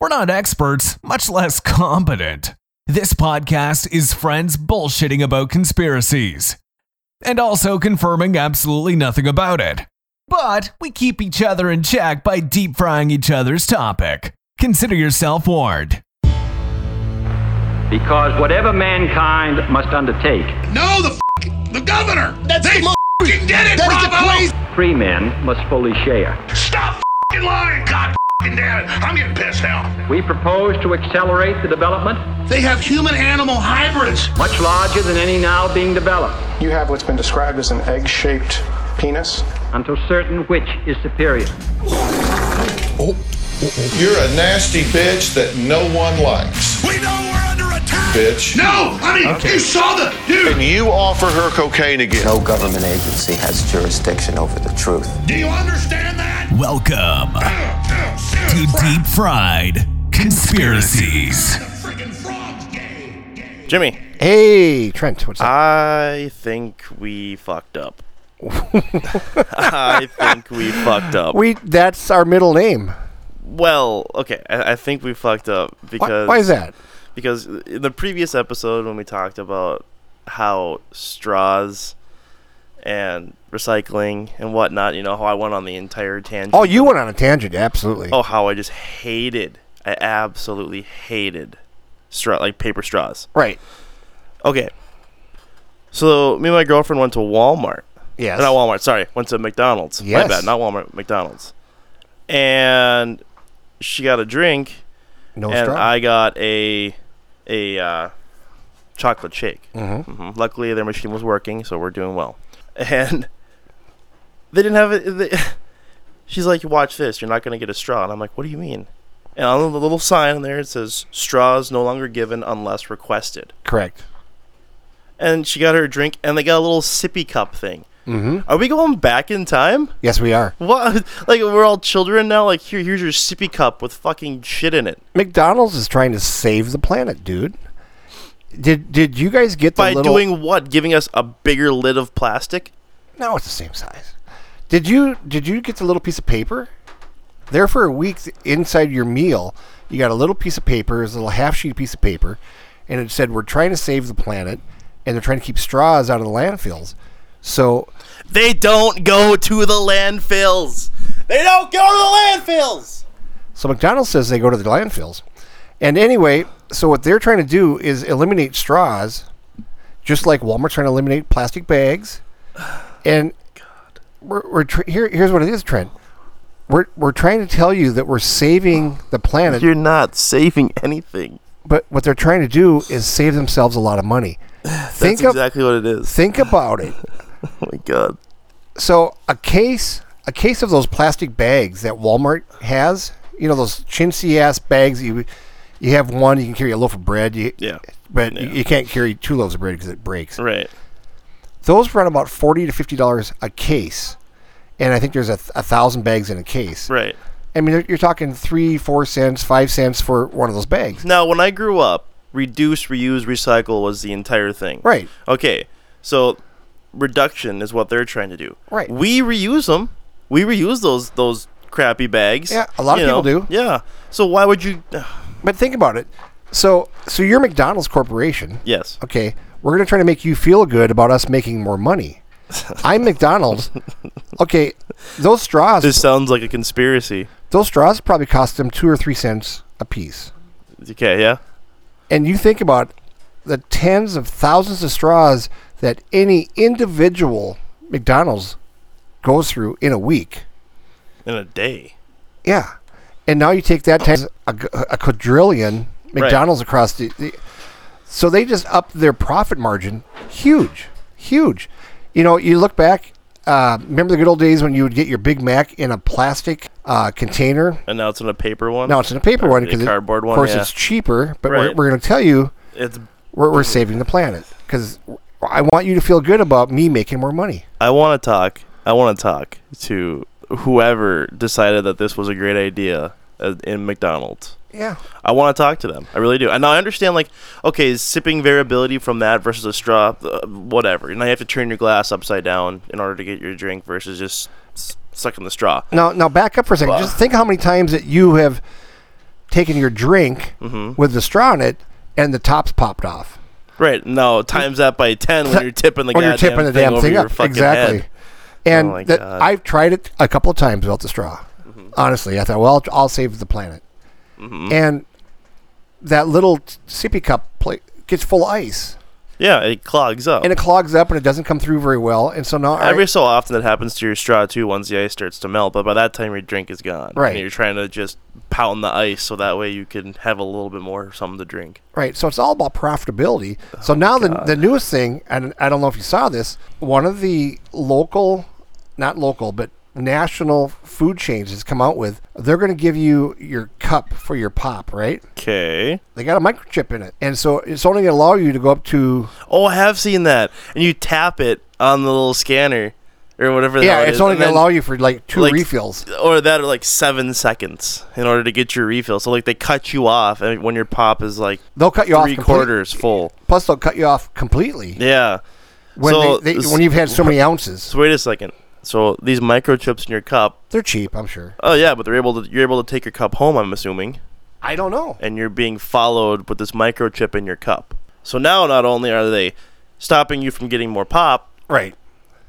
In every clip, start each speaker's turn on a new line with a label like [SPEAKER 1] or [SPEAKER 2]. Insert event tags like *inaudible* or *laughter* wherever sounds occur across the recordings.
[SPEAKER 1] We're not experts, much less competent. This podcast is friends bullshitting about conspiracies and also confirming absolutely nothing about it. But we keep each other in check by deep frying each other's topic. Consider yourself warned.
[SPEAKER 2] Because whatever mankind must undertake,
[SPEAKER 3] No, the f- the governor. That's they the f- did it,
[SPEAKER 4] That is the
[SPEAKER 3] Bravo.
[SPEAKER 4] crazy-
[SPEAKER 2] free men must fully share.
[SPEAKER 3] Stop f- lying. God f- damn it. I'm getting pissed now.
[SPEAKER 2] We propose to accelerate the development
[SPEAKER 3] They have human-animal hybrids.
[SPEAKER 2] much larger than any now being developed
[SPEAKER 5] You have what's been described as an egg shaped penis.
[SPEAKER 2] until certain which is superior.
[SPEAKER 6] You're a nasty bitch that no one likes,
[SPEAKER 3] We know we're under attack.
[SPEAKER 6] bitch.
[SPEAKER 3] No, I mean you saw the
[SPEAKER 6] And
[SPEAKER 3] dude.
[SPEAKER 6] you offer her cocaine again.
[SPEAKER 7] No government agency has jurisdiction over the truth.
[SPEAKER 3] Do you understand that?
[SPEAKER 1] Welcome to
[SPEAKER 3] To
[SPEAKER 1] Deep Fried Conspiracies.
[SPEAKER 3] Freaking frogs game.
[SPEAKER 8] Jimmy,
[SPEAKER 4] Hey, Trent, what's up?
[SPEAKER 8] I think we fucked
[SPEAKER 4] *laughs*
[SPEAKER 8] up. I think we fucked up.
[SPEAKER 4] we that's our middle name.
[SPEAKER 8] well, okay, I, I think we fucked up
[SPEAKER 4] Why,
[SPEAKER 8] because
[SPEAKER 4] why is that?
[SPEAKER 8] Because in the previous episode when we talked about how straws and recycling and whatnot, you know, how I went on the entire tangent.
[SPEAKER 4] Oh, you went on a tangent, absolutely.
[SPEAKER 8] Oh, how I just hated. I absolutely hated straw like paper straws.
[SPEAKER 4] Right.
[SPEAKER 8] Okay. So me and my girlfriend went to Walmart.
[SPEAKER 4] Yes.
[SPEAKER 8] Not Walmart, sorry. Went to McDonald's.
[SPEAKER 4] Yes.
[SPEAKER 8] My bad, not Walmart, McDonald's. And she got a drink
[SPEAKER 4] No
[SPEAKER 8] and
[SPEAKER 4] straw.
[SPEAKER 8] I got a a uh, chocolate shake. Mm-hmm. Luckily their machine was working, so we're doing well. *laughs* And they didn't have it they, *laughs* She's like, "Watch this. You're not going to get a straw." And I'm like, "What do you mean?" And on the little sign on there it says, "Straws no longer given unless requested."
[SPEAKER 4] Correct.
[SPEAKER 8] and she got her drink, and they got a little sippy cup thing. Mm-hmm. Are we going back in time?
[SPEAKER 4] Yes, we are.
[SPEAKER 8] What? *laughs* Like we're all children now. Like here, here's your sippy cup with fucking shit in it.
[SPEAKER 4] McDonald's is trying to save the planet, dude. Did did you guys get the
[SPEAKER 8] By
[SPEAKER 4] little
[SPEAKER 8] doing what? Giving us a bigger lid of plastic?
[SPEAKER 4] No, it's the same size. Did you did you get the little piece of paper? There for a week inside your meal, you got a little piece of paper, it's a little half sheet piece of paper, and it said we're trying to save the planet and they're trying to keep straws out of the landfills. So
[SPEAKER 8] They don't go to the landfills. They don't go to the landfills.
[SPEAKER 4] so McDonald's says they go to the landfills. And anyway, so what they're trying to do is eliminate straws, just like Walmart's trying to eliminate plastic bags. And we're, we're tr- here. Here's what it is, Trent. We're we're trying to tell you that we're saving the planet,
[SPEAKER 8] You're not saving anything.
[SPEAKER 4] but what they're trying to do is save themselves a lot of money.
[SPEAKER 8] *sighs*
[SPEAKER 4] think
[SPEAKER 8] That's
[SPEAKER 4] ab-
[SPEAKER 8] exactly what it is. *laughs*
[SPEAKER 4] think about it.
[SPEAKER 8] oh my god.
[SPEAKER 4] So a case a case of those plastic bags that Walmart has, you know those chintzy ass bags you you have one you can carry a loaf of bread, you,
[SPEAKER 8] Yeah.
[SPEAKER 4] but you-
[SPEAKER 8] Yeah.
[SPEAKER 4] you can't carry two loaves of bread because it breaks.
[SPEAKER 8] Right.
[SPEAKER 4] Those run about forty to fifty dollars a case, and I think there's a, th- a thousand bags in a case.
[SPEAKER 8] Right.
[SPEAKER 4] I mean, you're- you're talking three, four cents, five cents for one of those bags.
[SPEAKER 8] Now, when I grew up, reduce, reuse, recycle was the entire thing.
[SPEAKER 4] Right.
[SPEAKER 8] Okay. So reduction is what they're trying to do.
[SPEAKER 4] Right.
[SPEAKER 8] We reuse them. We reuse those those crappy bags.
[SPEAKER 4] Yeah, a lot of
[SPEAKER 8] you know.
[SPEAKER 4] people do.
[SPEAKER 8] Yeah. So why would you?
[SPEAKER 4] But think about it. So, so you're McDonald's corporation.
[SPEAKER 8] Yes.
[SPEAKER 4] Okay, we're gonna try to make you feel good about us making
[SPEAKER 8] *laughs*
[SPEAKER 4] more money. I'm McDonald's. Okay, those straws,
[SPEAKER 8] This sounds like a conspiracy.
[SPEAKER 4] those straws probably cost them two or three cents a piece.
[SPEAKER 8] Okay. Yeah.
[SPEAKER 4] And you think about the tens of thousands of straws that any individual McDonald's goes through in a week.
[SPEAKER 8] In a day.
[SPEAKER 4] Yeah. And now you take that times a, g- a quadrillion McDonald's across the, the. So they just upped their profit margin. Huge. Huge. You know, you look back. Uh, remember the good old days when you would get your Big Mac in a plastic uh, container?
[SPEAKER 8] And now it's in a paper one.
[SPEAKER 4] Now it's in a paper one
[SPEAKER 8] a
[SPEAKER 4] because, it-
[SPEAKER 8] cardboard
[SPEAKER 4] of
[SPEAKER 8] one,
[SPEAKER 4] course,
[SPEAKER 8] yeah.
[SPEAKER 4] it's cheaper. But we're,
[SPEAKER 8] Right.
[SPEAKER 4] we're going to tell you
[SPEAKER 8] It's.
[SPEAKER 4] we're, we're saving the planet because I want you to feel good about me making more money.
[SPEAKER 8] I want to talk. I want to talk to whoever decided that this was a great idea uh, in McDonald's.
[SPEAKER 4] Yeah.
[SPEAKER 8] I want to talk to them. I really do. And I understand, like, okay, sipping variability from that versus a straw, uh, whatever. And I have to turn your glass upside down in order to get your drink versus just s- sucking the straw.
[SPEAKER 4] Now, now back up for a second. Just think how many times that you have taking your drink
[SPEAKER 8] Mm-hmm.
[SPEAKER 4] with the straw in it, and the tops popped off.
[SPEAKER 8] Right. No, times that by 10 when you're tipping the
[SPEAKER 4] Or
[SPEAKER 8] goddamn
[SPEAKER 4] you're tipping the
[SPEAKER 8] thing
[SPEAKER 4] damn
[SPEAKER 8] over
[SPEAKER 4] thing
[SPEAKER 8] your
[SPEAKER 4] up.
[SPEAKER 8] fucking
[SPEAKER 4] Exactly.
[SPEAKER 8] head.
[SPEAKER 4] And
[SPEAKER 8] Oh my
[SPEAKER 4] that,
[SPEAKER 8] God. Mm-hmm.
[SPEAKER 4] I've tried it a couple of times without the straw. Honestly, I thought, well, I'll, I'll save the planet. And that little sippy cup plate gets full of ice,
[SPEAKER 8] Yeah, it clogs up.
[SPEAKER 4] and it clogs up, and it doesn't come through very well. And so now, all
[SPEAKER 8] Oh. Every
[SPEAKER 4] right,
[SPEAKER 8] so often that happens to your straw too once the ice starts to melt, but by that time your drink is gone.
[SPEAKER 4] Right.
[SPEAKER 8] And you're trying to just pound the ice so that way you can have a little bit more something to drink.
[SPEAKER 4] Right. So it's all about profitability.
[SPEAKER 8] Oh,
[SPEAKER 4] so now the, the newest thing, and I don't know if you saw this, one of the local, not local, but national food chains has come out with, they're going to give you your cup for your pop, right?
[SPEAKER 8] Okay.
[SPEAKER 4] They got a microchip in it. And so it's only going to allow you to go up to,
[SPEAKER 8] Oh, I have seen that. And you tap it on the little scanner or whatever the
[SPEAKER 4] yeah,
[SPEAKER 8] hell it
[SPEAKER 4] it's
[SPEAKER 8] is,
[SPEAKER 4] only
[SPEAKER 8] and
[SPEAKER 4] going
[SPEAKER 8] then-
[SPEAKER 4] to allow you for like two
[SPEAKER 8] like,
[SPEAKER 4] refills.
[SPEAKER 8] Or that are like seven seconds in order to get your refill. So like they cut you off and when your pop is like
[SPEAKER 4] They'll cut you off
[SPEAKER 8] three
[SPEAKER 4] complete-
[SPEAKER 8] quarters full.
[SPEAKER 4] Plus, they'll cut you off completely
[SPEAKER 8] Yeah.
[SPEAKER 4] when,
[SPEAKER 8] so
[SPEAKER 4] they, they,
[SPEAKER 8] s-
[SPEAKER 4] when you've had so many ounces.
[SPEAKER 8] So wait a second. So these microchips in your cup.
[SPEAKER 4] They're cheap, I'm sure.
[SPEAKER 8] Oh yeah, but they're able to you're able to take your cup home. I'm assuming,
[SPEAKER 4] I don't know.
[SPEAKER 8] and you're being followed with this microchip in your cup. So now not only are they stopping you from getting more pop,
[SPEAKER 4] Right.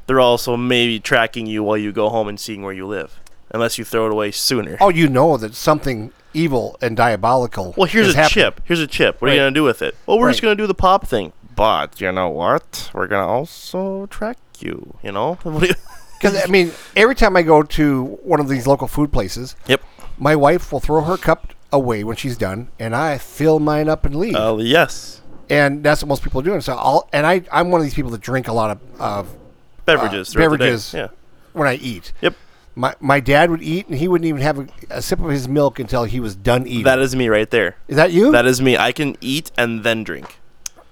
[SPEAKER 8] they're also maybe tracking you while you go home and seeing where you live, unless you throw it away sooner.
[SPEAKER 4] Oh, you know that something evil and diabolical.
[SPEAKER 8] Well, here's
[SPEAKER 4] is
[SPEAKER 8] a
[SPEAKER 4] happening.
[SPEAKER 8] chip. Here's a chip. What are you
[SPEAKER 4] Right.
[SPEAKER 8] gonna do with it? Well, we're just
[SPEAKER 4] Right.
[SPEAKER 8] gonna do the pop thing. But you know what? We're gonna also track you. You know? *laughs* What do you-
[SPEAKER 4] Because I mean, every time I go to one of these local food places,
[SPEAKER 8] yep.
[SPEAKER 4] my wife will throw her cup away when she's done, and I fill mine up and
[SPEAKER 8] *laughs*
[SPEAKER 4] leave.
[SPEAKER 8] Uh, yes.
[SPEAKER 4] and that's what most people are doing. So I'll and I I'm one of these people that drink a lot of, of
[SPEAKER 8] Uh, Beverages. throughout the day.
[SPEAKER 4] beverages.
[SPEAKER 8] Yeah.
[SPEAKER 4] when I eat.
[SPEAKER 8] Yep.
[SPEAKER 4] My my dad would eat, and he wouldn't even have a, a sip of his milk until he was done eating.
[SPEAKER 8] That is me right there.
[SPEAKER 4] Is that you?
[SPEAKER 8] That is me. I can eat and then drink.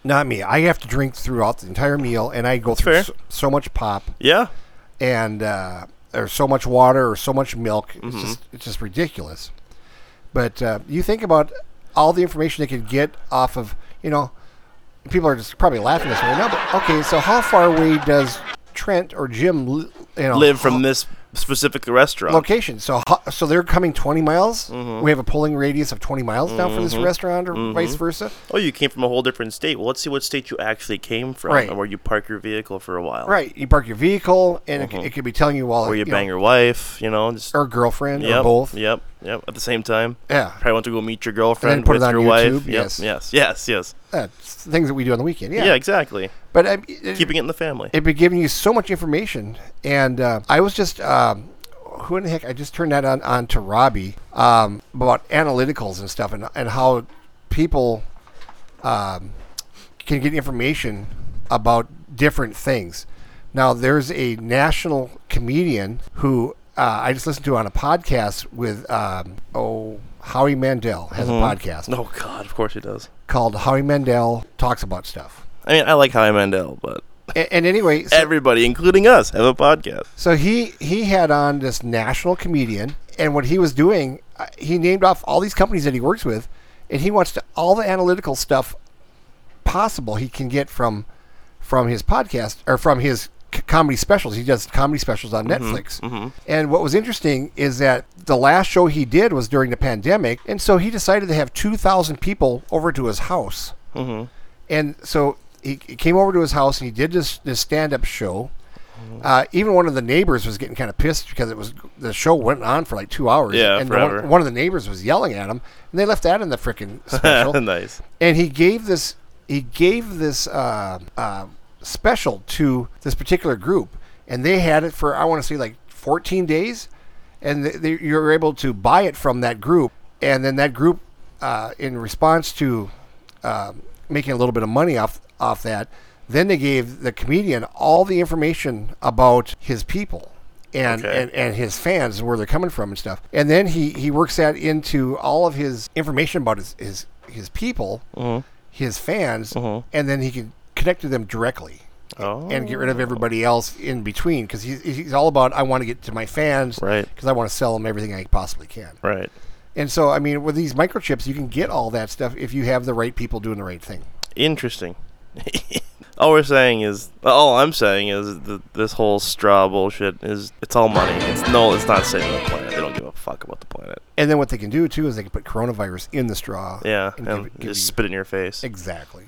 [SPEAKER 4] not me. I have to drink throughout the entire meal, and I go
[SPEAKER 8] fair.
[SPEAKER 4] through so, so much pop.
[SPEAKER 8] Yeah.
[SPEAKER 4] and uh, or so much water or so much milk.
[SPEAKER 8] Mm-hmm.
[SPEAKER 4] It's just it's just ridiculous. But uh, you think about all the information they could get off of you know people are just probably laughing at us right now. But okay, so how far away does Trent or Jim li- you know
[SPEAKER 8] Live from this specific restaurant.
[SPEAKER 4] location? So ho- so they're coming twenty miles.
[SPEAKER 8] Mm-hmm.
[SPEAKER 4] We have a polling radius of twenty miles now for this restaurant or vice versa.
[SPEAKER 8] Oh, you came from a whole different state. Well, let's see what state you actually came from
[SPEAKER 4] Right.
[SPEAKER 8] and where you park your vehicle for a while.
[SPEAKER 4] Right, you park your vehicle, and it c- it, could be telling you while
[SPEAKER 8] Mm-hmm. Or you,
[SPEAKER 4] know,
[SPEAKER 8] bang your wife, you know, just
[SPEAKER 4] or girlfriend
[SPEAKER 8] yep,
[SPEAKER 4] or both.
[SPEAKER 8] Yep. Yep. At the same time.
[SPEAKER 4] Yeah.
[SPEAKER 8] Probably want to go meet your girlfriend
[SPEAKER 4] put it
[SPEAKER 8] with
[SPEAKER 4] on
[SPEAKER 8] your
[SPEAKER 4] YouTube,
[SPEAKER 8] wife. Yep,
[SPEAKER 4] yes.
[SPEAKER 8] Yes. Yes. Yes.
[SPEAKER 4] That's things that we do on the weekend.
[SPEAKER 8] Yeah.
[SPEAKER 4] Yeah,
[SPEAKER 8] exactly.
[SPEAKER 4] but I, it,
[SPEAKER 8] Keeping it in the family.
[SPEAKER 4] it'd be giving you so much information. And uh, I was just, um, who in the heck? I just turned that on, on to Robbie um, about analyticals and stuff and, and how people um, can get information about different things. Now, there's a national comedian who uh, I just listened to on a podcast with, um, oh, Howie Mandel has a podcast
[SPEAKER 8] Oh God, of course he does.
[SPEAKER 4] called Howie Mandel Talks About Stuff.
[SPEAKER 8] I mean, I like Howie Mandel, but
[SPEAKER 4] And, and anyway, so-
[SPEAKER 8] everybody, including us, have a podcast.
[SPEAKER 4] So he he had on this national comedian, and what he was doing, uh, he named off all these companies that he works with, and he wants to all the analytical stuff possible he can get from from his podcast or from his c- comedy specials. He does comedy specials on
[SPEAKER 8] Mm-hmm.
[SPEAKER 4] Netflix. And what was interesting is that the last show he did was during the pandemic, and so he decided to have two thousand people over to his house.
[SPEAKER 8] Mm-hmm.
[SPEAKER 4] And so he, he came over to his house and he did this this stand up show.
[SPEAKER 8] Mm-hmm.
[SPEAKER 4] Uh, even one of the neighbors was getting kind of pissed because it was the show went on for like two hours.
[SPEAKER 8] Yeah,
[SPEAKER 4] and one,
[SPEAKER 8] forever.
[SPEAKER 4] one of the neighbors was yelling at him, and they left that in the freaking special.
[SPEAKER 8] *laughs* nice.
[SPEAKER 4] and he gave this he gave this uh, uh, special to this particular group, and they had it for I want to say like 14 days, and th they, you were able to buy it from that group, and then that group, uh, in response to uh, making a little bit of money off off that, then they gave the comedian all the information about his people. And,
[SPEAKER 8] Okay.
[SPEAKER 4] and and his fans where they're coming from and stuff. And then he he works that into all of his information about his his, his people,
[SPEAKER 8] Mm-hmm.
[SPEAKER 4] his fans, and then he can connect to them directly
[SPEAKER 8] Oh.
[SPEAKER 4] and get rid of everybody else in between because he's, he's all about I want to get to my fans
[SPEAKER 8] Right.
[SPEAKER 4] because I want to sell them everything I possibly can.
[SPEAKER 8] Right.
[SPEAKER 4] And so I mean with these microchips you can get all that stuff if you have the right people doing the right thing.
[SPEAKER 8] Interesting. *laughs* all we're saying is, all I'm saying is that this whole straw bullshit is, it's all money. It's no, it's not saving the planet. They don't give a fuck about the planet.
[SPEAKER 4] And then what they can do too is they can put coronavirus in the straw.
[SPEAKER 8] Yeah,
[SPEAKER 4] and
[SPEAKER 8] and,
[SPEAKER 4] give it- give
[SPEAKER 8] just
[SPEAKER 4] you-
[SPEAKER 8] spit in your face.
[SPEAKER 4] Exactly.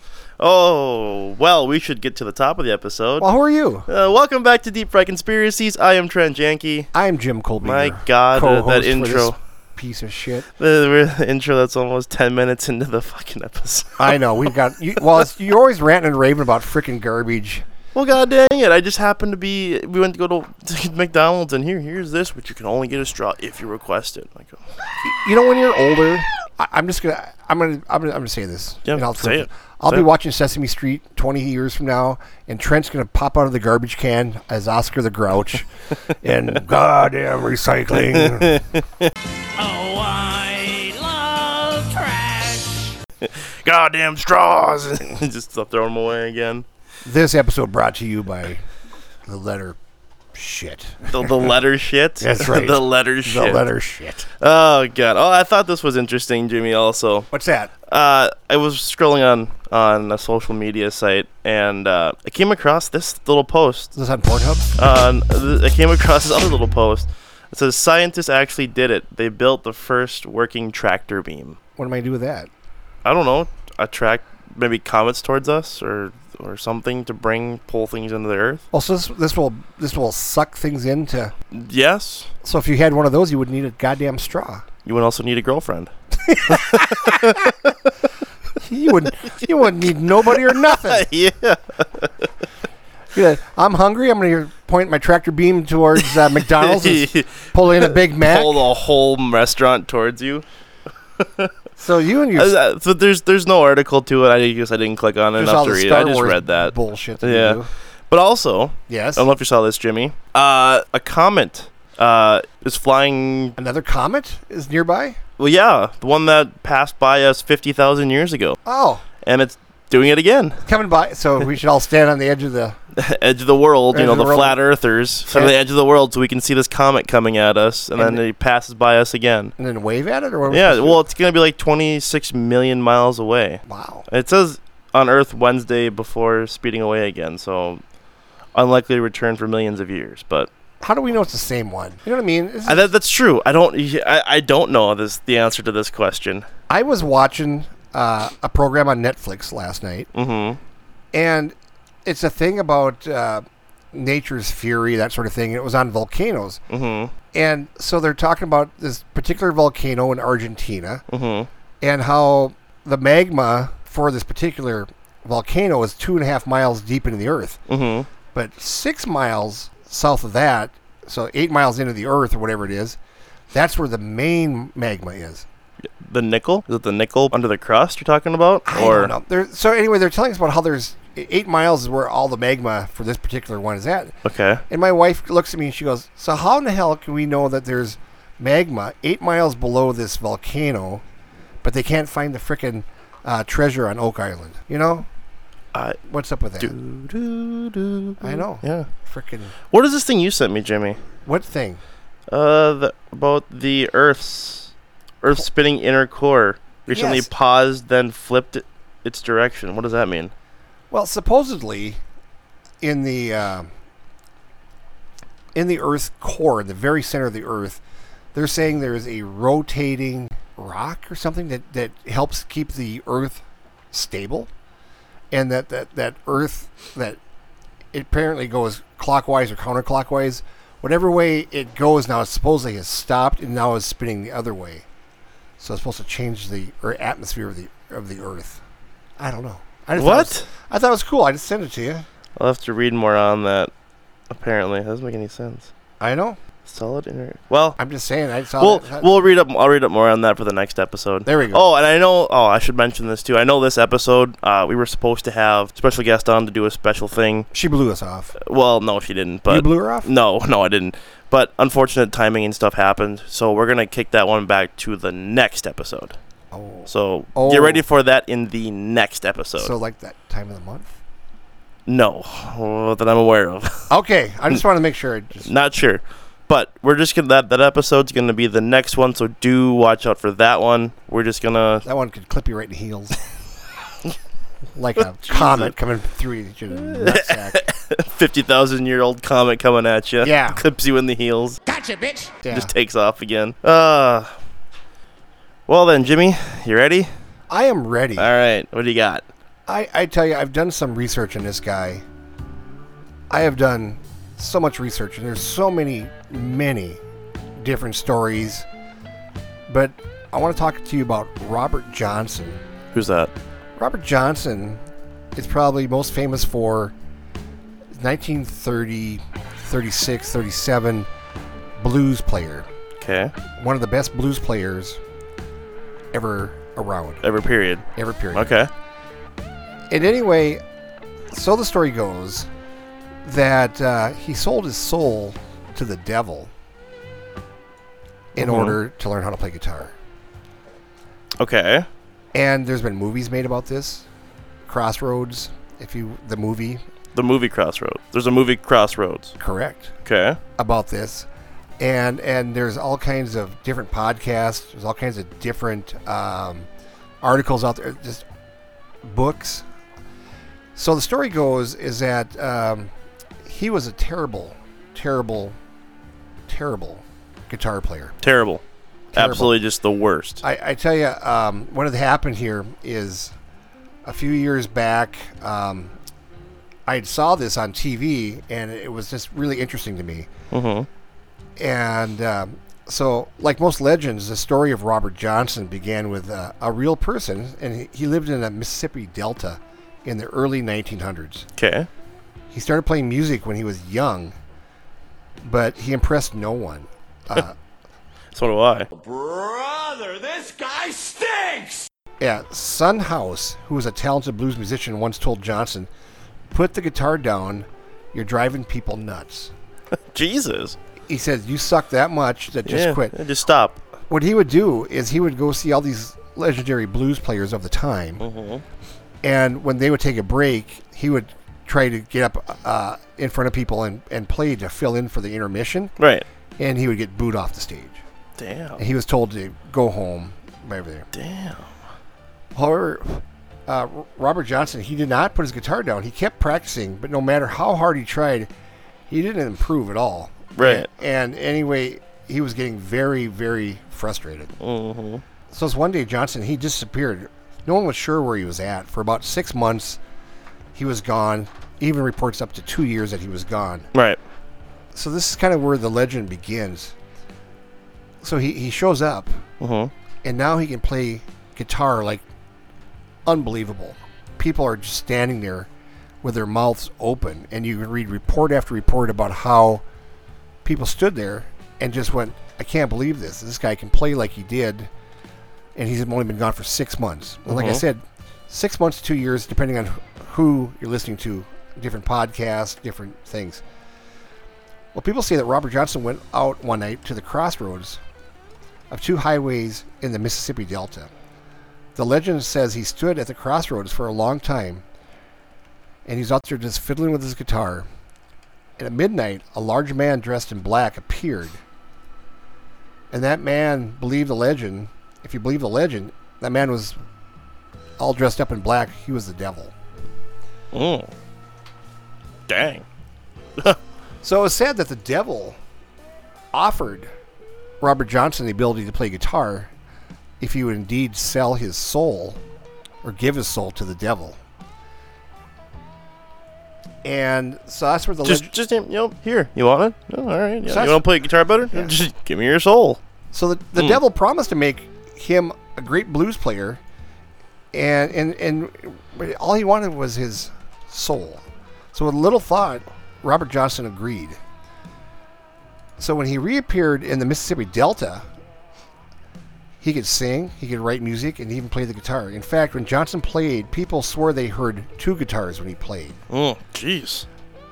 [SPEAKER 8] Oh, well, we should get to the top of the episode.
[SPEAKER 4] Well, who are you?
[SPEAKER 8] Uh, welcome back to Deep Fried Conspiracies. I am Trent Janke.
[SPEAKER 4] I'm Jim Colby.
[SPEAKER 8] My
[SPEAKER 4] your
[SPEAKER 8] God, uh, that
[SPEAKER 4] co-host for this
[SPEAKER 8] intro.
[SPEAKER 4] piece of shit.
[SPEAKER 8] The the intro that's almost 10 minutes into the fucking episode.
[SPEAKER 4] *laughs*
[SPEAKER 8] *laughs*
[SPEAKER 4] I know we've got. You, well, it's, you're always ranting and raving about freaking garbage.
[SPEAKER 8] Well, god dang it. I just happened to be. We went to go to, *laughs* to McDonald's, and here, here's this, which you can only get a straw if you request it. Like, *laughs*
[SPEAKER 4] You know, when you're older, I, I'm just gonna. I'm gonna. I'm gonna, I'm gonna say this.
[SPEAKER 8] Yeah,
[SPEAKER 4] and I'll
[SPEAKER 8] say it.
[SPEAKER 4] I'll
[SPEAKER 8] Say
[SPEAKER 4] be
[SPEAKER 8] it.
[SPEAKER 4] watching Sesame Street 20 years from now, and Trent's gonna pop out of the garbage can as Oscar the *laughs* Grouch, and goddamn *laughs* recycling.
[SPEAKER 8] goddamn straws! *laughs* and just throw them away again.
[SPEAKER 4] this episode brought to you by the letter *laughs* shit.
[SPEAKER 8] The, the letter shit. *laughs*
[SPEAKER 4] That's right.
[SPEAKER 8] the letter shit.
[SPEAKER 4] The letter shit.
[SPEAKER 8] Oh, God. Oh, I thought this was interesting, Jimmy, also.
[SPEAKER 4] What's that?
[SPEAKER 8] uh, I was scrolling on on a social media site and uh, I came across this little post.
[SPEAKER 4] Is this on Pornhub?
[SPEAKER 8] Uh, th- I came across *laughs* this other little post. It says scientists actually did it. They built the first working tractor beam.
[SPEAKER 4] What am I gonna do with that?
[SPEAKER 8] I don't know, attract maybe comets towards us or or something to bring pull things into the earth.
[SPEAKER 4] Also, Oh, this this will this will suck things into.
[SPEAKER 8] Yes,
[SPEAKER 4] So if you had one of those, you would need a goddamn straw. *laughs*
[SPEAKER 8] you would also need a girlfriend.
[SPEAKER 4] You wouldn't. you wouldn't need nobody
[SPEAKER 8] *laughs*
[SPEAKER 4] or nothing.
[SPEAKER 8] yeah.
[SPEAKER 4] Yeah, I'm hungry. I'm gonna point my tractor beam towards
[SPEAKER 8] *laughs*
[SPEAKER 4] uh, McDonald's and pull in a Big Mac.
[SPEAKER 8] Pull the whole restaurant towards you.
[SPEAKER 4] So you and your
[SPEAKER 8] Uh, uh, so there's there's no article to it. I guess I didn't click on it
[SPEAKER 4] there's
[SPEAKER 8] enough
[SPEAKER 4] all
[SPEAKER 8] to
[SPEAKER 4] the
[SPEAKER 8] read
[SPEAKER 4] Star
[SPEAKER 8] it. I just
[SPEAKER 4] Wars
[SPEAKER 8] read that.
[SPEAKER 4] bullshit. That
[SPEAKER 8] Yeah.
[SPEAKER 4] You do.
[SPEAKER 8] But also,
[SPEAKER 4] Yes.
[SPEAKER 8] I don't know if you saw this, Jimmy. Uh, a comet uh, is flying.
[SPEAKER 4] Another comet is nearby.
[SPEAKER 8] Well, yeah, the one that passed by us 50,000 years ago.
[SPEAKER 4] Oh,
[SPEAKER 8] And it's doing it again. *laughs*
[SPEAKER 4] coming by. So we should all stand on the edge of the.
[SPEAKER 8] edge of the world,
[SPEAKER 4] Edge
[SPEAKER 8] you know,
[SPEAKER 4] of the
[SPEAKER 8] the,
[SPEAKER 4] world.
[SPEAKER 8] flat earthers. from
[SPEAKER 4] And-
[SPEAKER 8] the edge of the world so we can see this comet coming at us. And,
[SPEAKER 4] And
[SPEAKER 8] then it passes by us again.
[SPEAKER 4] and then wave at it, or what are we
[SPEAKER 8] Yeah,
[SPEAKER 4] supposed to
[SPEAKER 8] well, it's going to be like 26 million miles away.
[SPEAKER 4] do? wow.
[SPEAKER 8] It says on Earth Wednesday before speeding away again, so unlikely to return for millions of years. But
[SPEAKER 4] How do we know it's the same one? You know what I mean? This is-
[SPEAKER 8] I, that, that's true. I don't. I, I don't know this the answer to this question.
[SPEAKER 4] I was watching uh, a program on Netflix last night,
[SPEAKER 8] Mm-hmm.
[SPEAKER 4] and it's a thing about uh, nature's fury, that sort of thing. It was on volcanoes,
[SPEAKER 8] Mm-hmm.
[SPEAKER 4] and so they're talking about this particular volcano in Argentina,
[SPEAKER 8] Mm-hmm.
[SPEAKER 4] and how the magma for this particular volcano is two and a half miles deep into the earth,
[SPEAKER 8] Mm-hmm.
[SPEAKER 4] but six miles south of that, so eight miles into the earth or whatever it is, that's where the main magma is.
[SPEAKER 8] The nickel is it the nickel under the crust you're talking about,
[SPEAKER 4] I
[SPEAKER 8] or
[SPEAKER 4] don't know. There, so anyway, they're telling us about how there's e, eight miles is where all the magma for this particular one is at.
[SPEAKER 8] okay,
[SPEAKER 4] And my wife looks at me and she goes, "So how in the hell can we know that there's magma eight miles below this volcano, but they can't find the frickin' uh, treasure on Oak Island? You know,
[SPEAKER 8] I
[SPEAKER 4] what's up with that? I know.
[SPEAKER 8] yeah.
[SPEAKER 4] Frickin'
[SPEAKER 8] What is this thing you sent me, Jimmy?
[SPEAKER 4] what thing?
[SPEAKER 8] Uh, the, about the Earth's Earth's spinning inner core recently
[SPEAKER 4] Yes.
[SPEAKER 8] paused, then flipped it, its direction. What does that mean?
[SPEAKER 4] Well, supposedly, in the uh, in the Earth's core, in the very center of the Earth, they're saying there is a rotating rock or something that that helps keep the Earth stable, and that that that Earth that it apparently goes clockwise or counterclockwise, whatever way it goes now, it supposedly has stopped and now is spinning the other way. So it's supposed to change the or atmosphere of the of the Earth. I don't know. I just thought it was-
[SPEAKER 8] What?
[SPEAKER 4] I thought it was cool. I just sent it to you.
[SPEAKER 8] I'll have to read more on that. Apparently, it doesn't make any sense.
[SPEAKER 4] I know.
[SPEAKER 8] Solid inner. Well,
[SPEAKER 4] I'm just saying. I saw
[SPEAKER 8] we'll
[SPEAKER 4] that.
[SPEAKER 8] we'll read up. I'll read up more on that for the next episode.
[SPEAKER 4] There we go.
[SPEAKER 8] Oh, and I know. Oh, I should mention this too. I know this episode. Uh, we were supposed to have special guest on to do a special thing.
[SPEAKER 4] she blew us off.
[SPEAKER 8] Well, no, she didn't. But
[SPEAKER 4] you blew her off.
[SPEAKER 8] no, no, I didn't. But unfortunate timing and stuff happened, so we're gonna kick that one back to the next episode.
[SPEAKER 4] Oh,
[SPEAKER 8] So
[SPEAKER 4] Oh.
[SPEAKER 8] get ready for that in the next episode.
[SPEAKER 4] so like that time of the month.
[SPEAKER 8] no, uh, that I'm aware of. *laughs*
[SPEAKER 4] Okay, I just want to make sure. It just,
[SPEAKER 8] Not sure. But we're just gonna that that episode's gonna be the next one, so do watch out for that one. We're just gonna
[SPEAKER 4] that one could clip you
[SPEAKER 8] *laughs* *laughs*
[SPEAKER 4] right in the heels, like a comet coming through your nutsack.
[SPEAKER 8] fifty thousand year old comet coming at you.
[SPEAKER 4] Yeah.
[SPEAKER 8] *laughs* clips you in the heels.
[SPEAKER 4] Yeah.
[SPEAKER 8] Just takes off again. Uh, well then, Jimmy, you ready?
[SPEAKER 4] I am ready.
[SPEAKER 8] All right, what do you got?
[SPEAKER 4] I, I tell you, I've done some research on this guy. I have done so much research, and there's so many, many different stories. But I want to talk to you about Robert Johnson.
[SPEAKER 8] Who's that?
[SPEAKER 4] Robert Johnson is probably most famous for 1930, 36, 37 blues player.
[SPEAKER 8] Okay,
[SPEAKER 4] One of the best blues players ever around,
[SPEAKER 8] every period.
[SPEAKER 4] ever period.
[SPEAKER 8] Okay.
[SPEAKER 4] And anyway, so the story goes that uh, he sold his soul to the devil in order to learn how to play guitar.
[SPEAKER 8] Okay.
[SPEAKER 4] And there's been movies made about this. Crossroads, if you the movie,
[SPEAKER 8] The movie Crossroads. There's a movie Crossroads.
[SPEAKER 4] correct
[SPEAKER 8] Okay.
[SPEAKER 4] about this. And and there's all kinds of different podcasts. There's all kinds of different um, articles out there, just books. So the story goes is that um, he was a terrible, terrible, terrible guitar player.
[SPEAKER 8] Terrible.
[SPEAKER 4] Terrible. Uh.
[SPEAKER 8] Absolutely just the worst.
[SPEAKER 4] I, I tell you, um, what had happened here is a few years back, um, I had saw this on TV, and it was just really interesting to me. Mm-hmm. And um, so, like most legends, the story of Robert Johnson began with uh, a real person, and he, he lived in the Mississippi Delta in the early 1900s.
[SPEAKER 8] Okay.
[SPEAKER 4] He started playing music when he was young, but he impressed no one. Uh,
[SPEAKER 8] So do I.
[SPEAKER 4] Yeah, Sunhouse, who was a talented blues musician, once told Johnson, "Put the guitar down. You're driving people nuts."
[SPEAKER 8] Jesus.
[SPEAKER 4] He says, "You suck that much that just
[SPEAKER 8] Yeah,
[SPEAKER 4] quit."
[SPEAKER 8] yeah, Just stop.
[SPEAKER 4] What he would do is he would go see all these legendary blues players of the time, and when they would take a break, he would try to get up uh, in front of people and, and play to fill in for the intermission,
[SPEAKER 8] Right.
[SPEAKER 4] and he would get booed off the stage.
[SPEAKER 8] Damn.
[SPEAKER 4] And he was told to go home, everything.
[SPEAKER 8] Damn.
[SPEAKER 4] However, uh, R- Robert Johnson, he did not put his guitar down. He kept practicing, but no matter how hard he tried, he didn't improve at all.
[SPEAKER 8] Right.
[SPEAKER 4] And anyway, he was getting very, very frustrated. Mm-hmm. So this one day, Johnson, he disappeared. No one was sure where he was at. For about six months, he was gone. Even reports up to two years that he was gone
[SPEAKER 8] Right.
[SPEAKER 4] so this is kind of where the legend begins. So he, he shows up, and now he can play guitar like unbelievable. People are just standing there with their mouths open, and you can read report after report about how people stood there and just went, I can't believe this. This guy can play like he did, and he's only been gone for six months. And Like I said, six months to two years, depending on who you're listening to, different podcasts, different things. Well, people say that Robert Johnson went out one night to the crossroads of two highways in the Mississippi Delta. The legend says he stood at the crossroads for a long time, and he's out there just fiddling with his guitar. And at midnight, a large man dressed in black appeared. And that man believed the legend. If you believe the legend, that man was all dressed up in black. He was the devil.
[SPEAKER 8] Mm. Dang.
[SPEAKER 4] So it's sad that the devil offered Robert Johnson the ability to play guitar if he would indeed sell his soul or give his soul to the devil. And so that's where the
[SPEAKER 8] Just,
[SPEAKER 4] leg-
[SPEAKER 8] just you know, here. You want it? No, all right. Yeah.
[SPEAKER 4] that's-
[SPEAKER 8] you want to play guitar better? Just give me your soul.
[SPEAKER 4] so the, the devil promised to make him a great blues player, and and and all he wanted was his soul. So with little thought, Robert Johnson agreed. So when he reappeared in the Mississippi Delta, he could sing, he could write music, and even play the guitar. In fact, when Johnson played, people swore they heard two guitars when he played.
[SPEAKER 8] Mm. Jeez.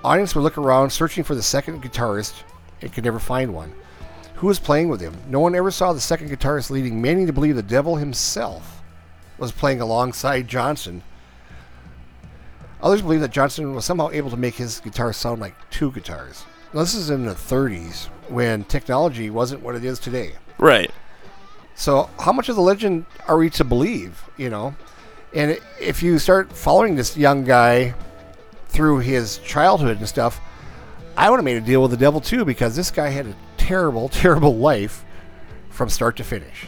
[SPEAKER 4] Audience would look around searching for the second guitarist and could never find one. Who was playing with him? No one ever saw the second guitarist, leading many to believe the devil himself was playing alongside Johnson. Others believe that Johnson was somehow able to make his guitar sound like two guitars. Now, this is in the 30s when technology wasn't what it is today.
[SPEAKER 8] Right.
[SPEAKER 4] So, how much of the legend are we to believe? You know, and if you start following this young guy through his childhood and stuff, I would have made a deal with the devil too because this guy had a terrible, *laughs* terrible life from start to finish.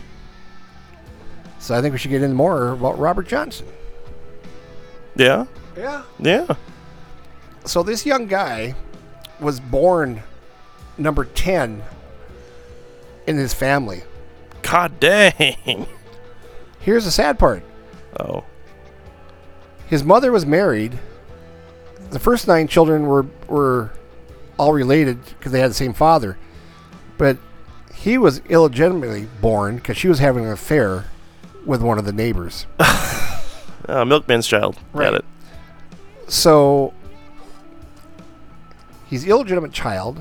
[SPEAKER 4] So I think we should get in more about Robert Johnson.
[SPEAKER 8] Yeah.
[SPEAKER 4] Yeah.
[SPEAKER 8] Yeah.
[SPEAKER 4] So this young guy was born number 10 in his family.
[SPEAKER 8] God dang.
[SPEAKER 4] Here's the sad part.
[SPEAKER 8] *laughs* Oh.
[SPEAKER 4] His mother was married. The first nine children were were all related because they had the same father, but he was illegitimately born because she was having an affair with one of the neighbors.
[SPEAKER 8] Uh, milkman's child.
[SPEAKER 4] Right.
[SPEAKER 8] Got it.
[SPEAKER 4] So he's illegitimate child.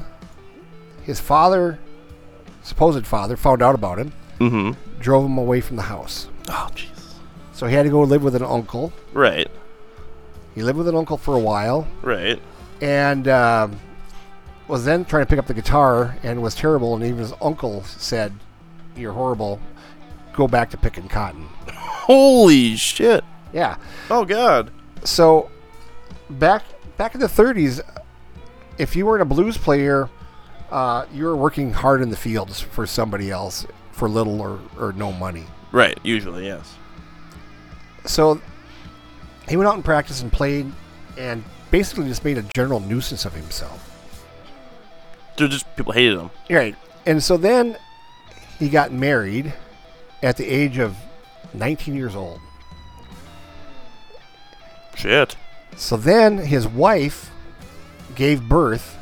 [SPEAKER 4] His father, supposed father, found out about him, mm-hmm. drove him away from the house.
[SPEAKER 8] Oh, jeez.
[SPEAKER 4] So he had to go live with an uncle.
[SPEAKER 8] Right.
[SPEAKER 4] He lived with an uncle for a while.
[SPEAKER 8] Right.
[SPEAKER 4] and um, was then trying to pick up the guitar and was terrible. And even his uncle said, "You're horrible. Go back to picking cotton."
[SPEAKER 8] Holy shit.
[SPEAKER 4] Yeah.
[SPEAKER 8] Oh, God.
[SPEAKER 4] So back back in the '30s, if you weren't a blues player, uh, you were working hard in the fields for somebody else for little or, or no money.
[SPEAKER 8] Right. Usually, yes.
[SPEAKER 4] So he went out and practiced and played, and basically just made a general nuisance of himself.
[SPEAKER 8] Dude, just people hated him.
[SPEAKER 4] Right. And so then he got married at the age of 19 years old.
[SPEAKER 8] Shit.
[SPEAKER 4] So then his wife gave birth,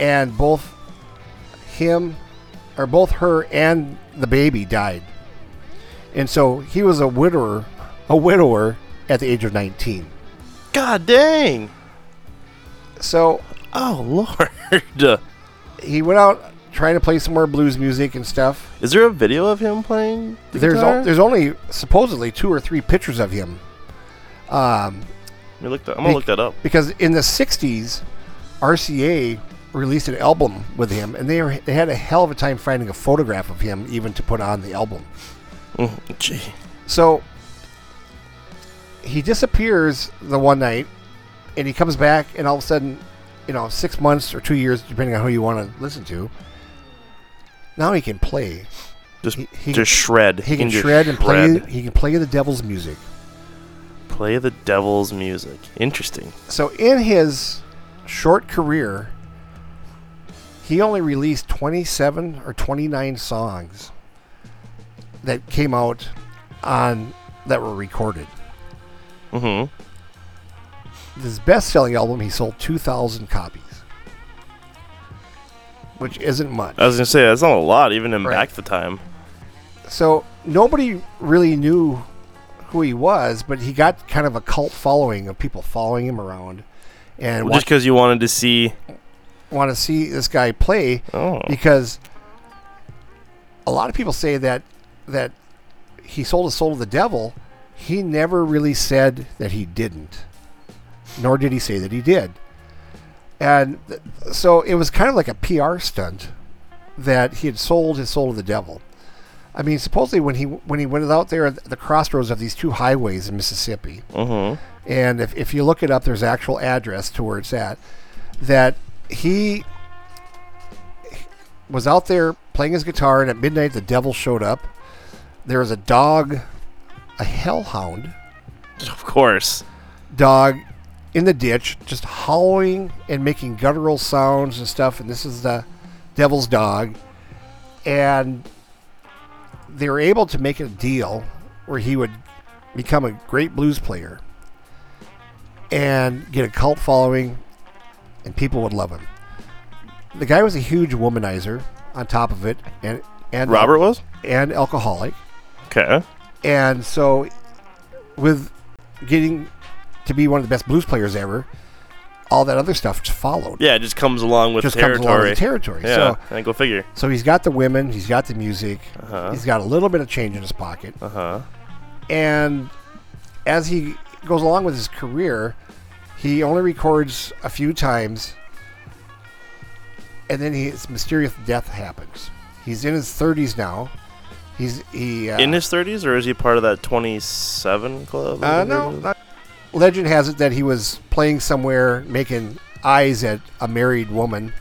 [SPEAKER 4] and both him, or both her and the baby died. And so he was a widower, a widower at the age of 19.
[SPEAKER 8] God dang.
[SPEAKER 4] So
[SPEAKER 8] Oh, *laughs* Lord.
[SPEAKER 4] he went out trying to play some more blues music and stuff.
[SPEAKER 8] Is there a video of him playing? The
[SPEAKER 4] There's
[SPEAKER 8] guitar?
[SPEAKER 4] o- there's only supposedly two or three pictures of him. Um,
[SPEAKER 8] Let me look that. I'm gonna
[SPEAKER 4] Bec-
[SPEAKER 8] look that up.
[SPEAKER 4] Because in the 60s, RCA released an album with him, and they, were, they had a hell of a time finding a photograph of him even to put on the album.
[SPEAKER 8] Gee.
[SPEAKER 4] So he disappears the one night, and he comes back, and all of a sudden, you know, six months or two years, depending on who you want to listen to, now he can play.
[SPEAKER 8] Just,
[SPEAKER 4] He- he-
[SPEAKER 8] just shred.
[SPEAKER 4] He can
[SPEAKER 8] just
[SPEAKER 4] shred and play.
[SPEAKER 8] shred.
[SPEAKER 4] He can play the devil's music.
[SPEAKER 8] Play the devil's music. Interesting.
[SPEAKER 4] So in his short career, he only released 27 or 29 songs that came out on that were recorded.
[SPEAKER 8] Mm-hmm.
[SPEAKER 4] His best-selling album, he sold 2,000 copies, which isn't much.
[SPEAKER 8] I was gonna say that's not a lot, even in
[SPEAKER 4] Right.
[SPEAKER 8] back the time.
[SPEAKER 4] so nobody really knew who he was, but he got kind of a cult following of people following him around and
[SPEAKER 8] Well, just because you wanted to see.
[SPEAKER 4] want to see this guy play.
[SPEAKER 8] Oh.
[SPEAKER 4] because a lot of people say that that he sold his soul to the devil. He never really said that he didn't, nor did he say that he did. And th- so it was kind of like a PR stunt that he had sold his soul to the devil. I mean, supposedly when he when he went out there at the crossroads of these two highways in Mississippi,
[SPEAKER 8] Mm-hmm.
[SPEAKER 4] and if, if you look it up, there's actual address to where it's at. That he was out there playing his guitar, and at midnight the devil showed up. There was a dog, a hellhound
[SPEAKER 8] Of course.
[SPEAKER 4] dog, in the ditch, just howling and making guttural sounds and stuff. And this is the devil's dog, and they were able to make a deal where he would become a great blues player and get a cult following, and people would love him. The guy was a huge womanizer on top of it, and and
[SPEAKER 8] Robert was.
[SPEAKER 4] and alcoholic,
[SPEAKER 8] Okay.
[SPEAKER 4] and so with getting to be one of the best blues players ever, all that other stuff just followed.
[SPEAKER 8] Yeah, it just comes along with
[SPEAKER 4] just
[SPEAKER 8] territory.
[SPEAKER 4] comes along with the territory.
[SPEAKER 8] Yeah.
[SPEAKER 4] So
[SPEAKER 8] and go figure.
[SPEAKER 4] so he's got the women, he's got the music, he's got a little bit of change in his pocket.
[SPEAKER 8] Uh huh.
[SPEAKER 4] And as he goes along with his career, he only records a few times, and then his mysterious death happens. He's in his 30s now. He's he uh,
[SPEAKER 8] In his 30s, or is he part of that 27 club?
[SPEAKER 4] uh, no, not, legend has it that he was playing somewhere making eyes at a married woman,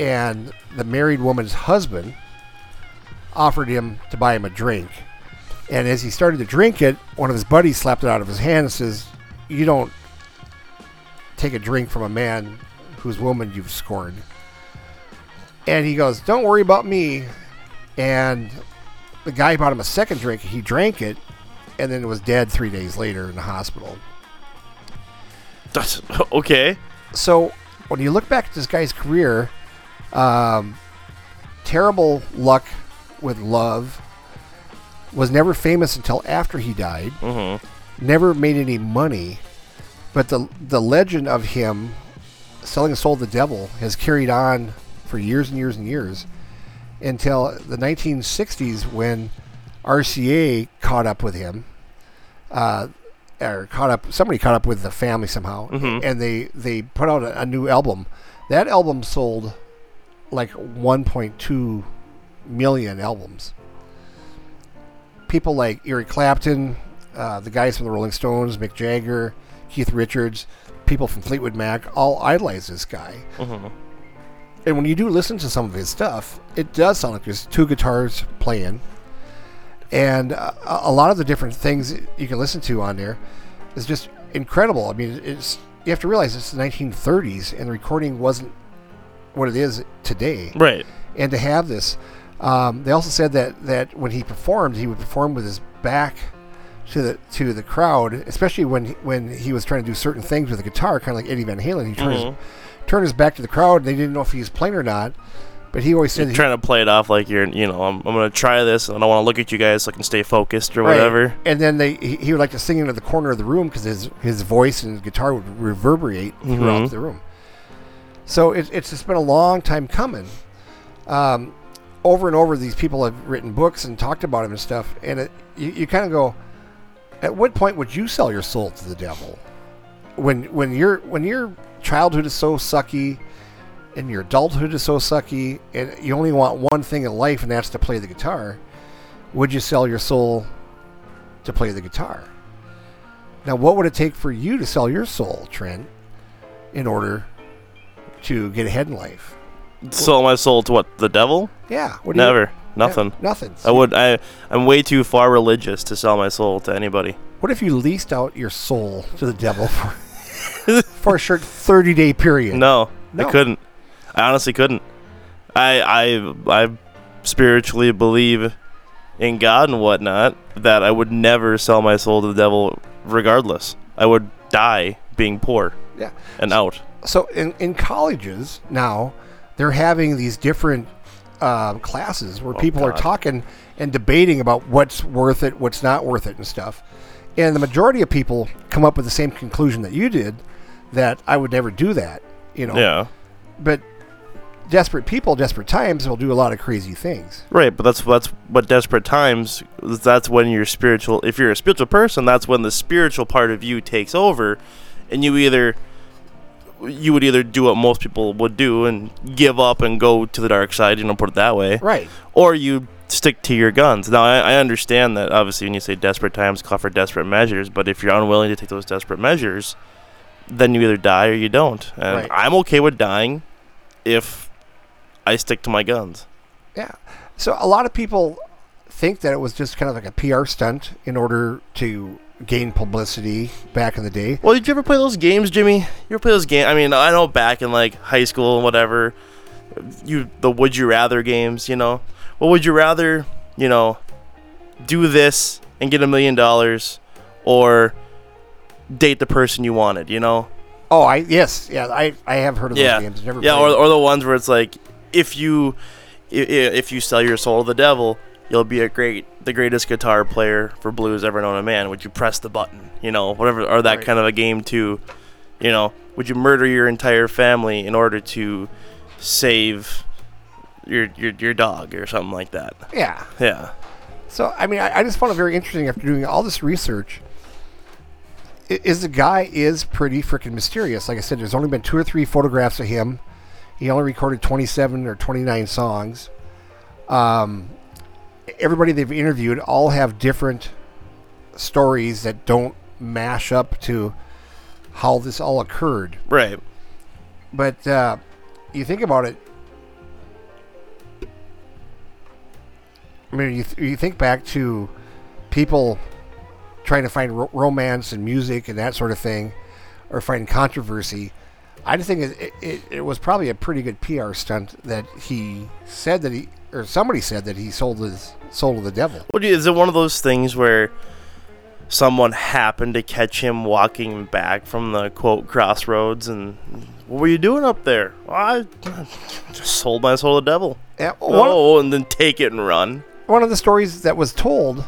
[SPEAKER 4] and the married woman's husband offered him to buy him a drink. And as he started to drink it, one of his buddies slapped it out of his hand and says, You don't take a drink from a man whose woman you've scorned. And he goes, Don't worry about me. And the guy bought him a second drink. He drank it and then was dead three days later in the hospital.
[SPEAKER 8] That's *laughs* okay.
[SPEAKER 4] So when you look back at this guy's career, um, terrible luck with love. Was never famous until after he died. Never made any money, but the the legend of him selling a soul to the devil has carried on for years and years and years until the 1960s when RCA caught up with him or caught up somebody caught up with the family somehow and they they put out a, a new album that album sold like 1.2 million albums people like Eric Clapton uh, the guys from the Rolling Stones Mick Jagger Keith Richards people from Fleetwood Mac all idolize this guy and when you do listen to some of his stuff it does sound like there's two guitars playing and uh, a a lot of the different things you can listen to on there is just incredible. I mean, it's you have to realize it's the 1930s and the recording wasn't what it is today.
[SPEAKER 8] Right.
[SPEAKER 4] And to have this, um, they also said that that when he performed, he would perform with his back to the to the crowd, especially when when he was trying to do certain things with the guitar, kind of like Eddie Van Halen. He turned his turned his back to the crowd. And they didn't know if he was playing or not. But he always said he-
[SPEAKER 8] Trying to play it off like you're, you know, I'm, I'm gonna try this and I don't want to look at you guys so I can stay focused or
[SPEAKER 4] Right.
[SPEAKER 8] whatever.
[SPEAKER 4] And then they he, he would like to sing into the corner of the room because his his voice and guitar would reverberate throughout the room. So it, it's just been a long time coming. Um, over and over, these people have written books and talked about him and stuff. And it, you, you kind of go, at what point would you sell your soul to the devil? When when your when your childhood is so sucky, and your adulthood is so sucky, and you only want one thing in life, and that's to play the guitar. Would you sell your soul to play the guitar. Now, what would it take for you to sell your soul, Trent, in order to get ahead in life?
[SPEAKER 8] Sold my soul to what? The devil?
[SPEAKER 4] Yeah, what do you-
[SPEAKER 8] Never.
[SPEAKER 4] yeah,
[SPEAKER 8] Nothing.
[SPEAKER 4] nothing.
[SPEAKER 8] I would. I. I'm way too far religious to sell my soul to anybody.
[SPEAKER 4] What if you leased out your soul to
[SPEAKER 8] *laughs*
[SPEAKER 4] the devil for, for a short thirty-day period?
[SPEAKER 8] No,
[SPEAKER 4] No.
[SPEAKER 8] I couldn't. I honestly couldn't. I I I spiritually believe in God and whatnot that I would never sell my soul to the devil, regardless. I would die being poor
[SPEAKER 4] Yeah.
[SPEAKER 8] and out.
[SPEAKER 4] So in, in colleges now, they're having these different um, classes where people are
[SPEAKER 8] Oh, God.
[SPEAKER 4] talking and debating about what's worth it, what's not worth it, and stuff. And the majority of people come up with the same conclusion that you did, that I would never do that. You know.
[SPEAKER 8] Yeah.
[SPEAKER 4] But desperate people, desperate times, will do a lot of crazy things.
[SPEAKER 8] Right, but that's that's what desperate times. That's when your spiritual. If you're a spiritual person, that's when the spiritual part of you takes over, and you either you would either do what most people would do and give up and go to the dark side. You know, put it that way.
[SPEAKER 4] Right.
[SPEAKER 8] Or you stick to your guns. Now, I, I understand that obviously when you say desperate times, call for desperate measures. But if you're unwilling to take those desperate measures, then you either die or you don't. And
[SPEAKER 4] Right.
[SPEAKER 8] I'm okay with dying if I stick to my guns.
[SPEAKER 4] Yeah. So a lot of people think that it was just kind of like a PR stunt in order to gain publicity back in the day.
[SPEAKER 8] Well, did you ever play those games, Jimmy? You ever play those games? I mean, I know back in like high school and whatever, you the would you rather games. You know, well, would you rather, you know, do this and get a million dollars, or date the person you wanted? You know,
[SPEAKER 4] Oh, I yes, yeah, I, I have heard of those games. Never
[SPEAKER 8] yeah,
[SPEAKER 4] played
[SPEAKER 8] or,
[SPEAKER 4] them.
[SPEAKER 8] or the ones where it's like if you i- i- if you sell your soul to the devil, you'll be a great the greatest guitar player for blues ever known to man. Would you press the button? You know, whatever, or that kind of a game too. You know, would you murder your entire family in order to save your your your dog or something like that?
[SPEAKER 4] yeah.
[SPEAKER 8] Yeah.
[SPEAKER 4] So I mean, I, I just found it very interesting after doing all this research. i- Is the guy is pretty freaking mysterious. Like I said, there's only been two or three photographs of him. He only recorded 27 or 29 songs. Um, everybody they've interviewed all have different stories that don't mash up to how this all occurred.
[SPEAKER 8] Right.
[SPEAKER 4] But uh, you think about it. I mean, you, th- you think back to people trying to find ro- romance and music and that sort of thing, or find controversy. I just think it, it- it, it was probably a pretty good PR stunt that he said that he, or somebody said that he sold his soul to the devil.
[SPEAKER 8] What do you, is it one of those things where someone happened to catch him walking back from the quote crossroads and what were you doing up there? "Well, I *laughs* just sold my soul to the devil.
[SPEAKER 4] Yeah, one-
[SPEAKER 8] Oh, and then take it and run.
[SPEAKER 4] one of the stories that was told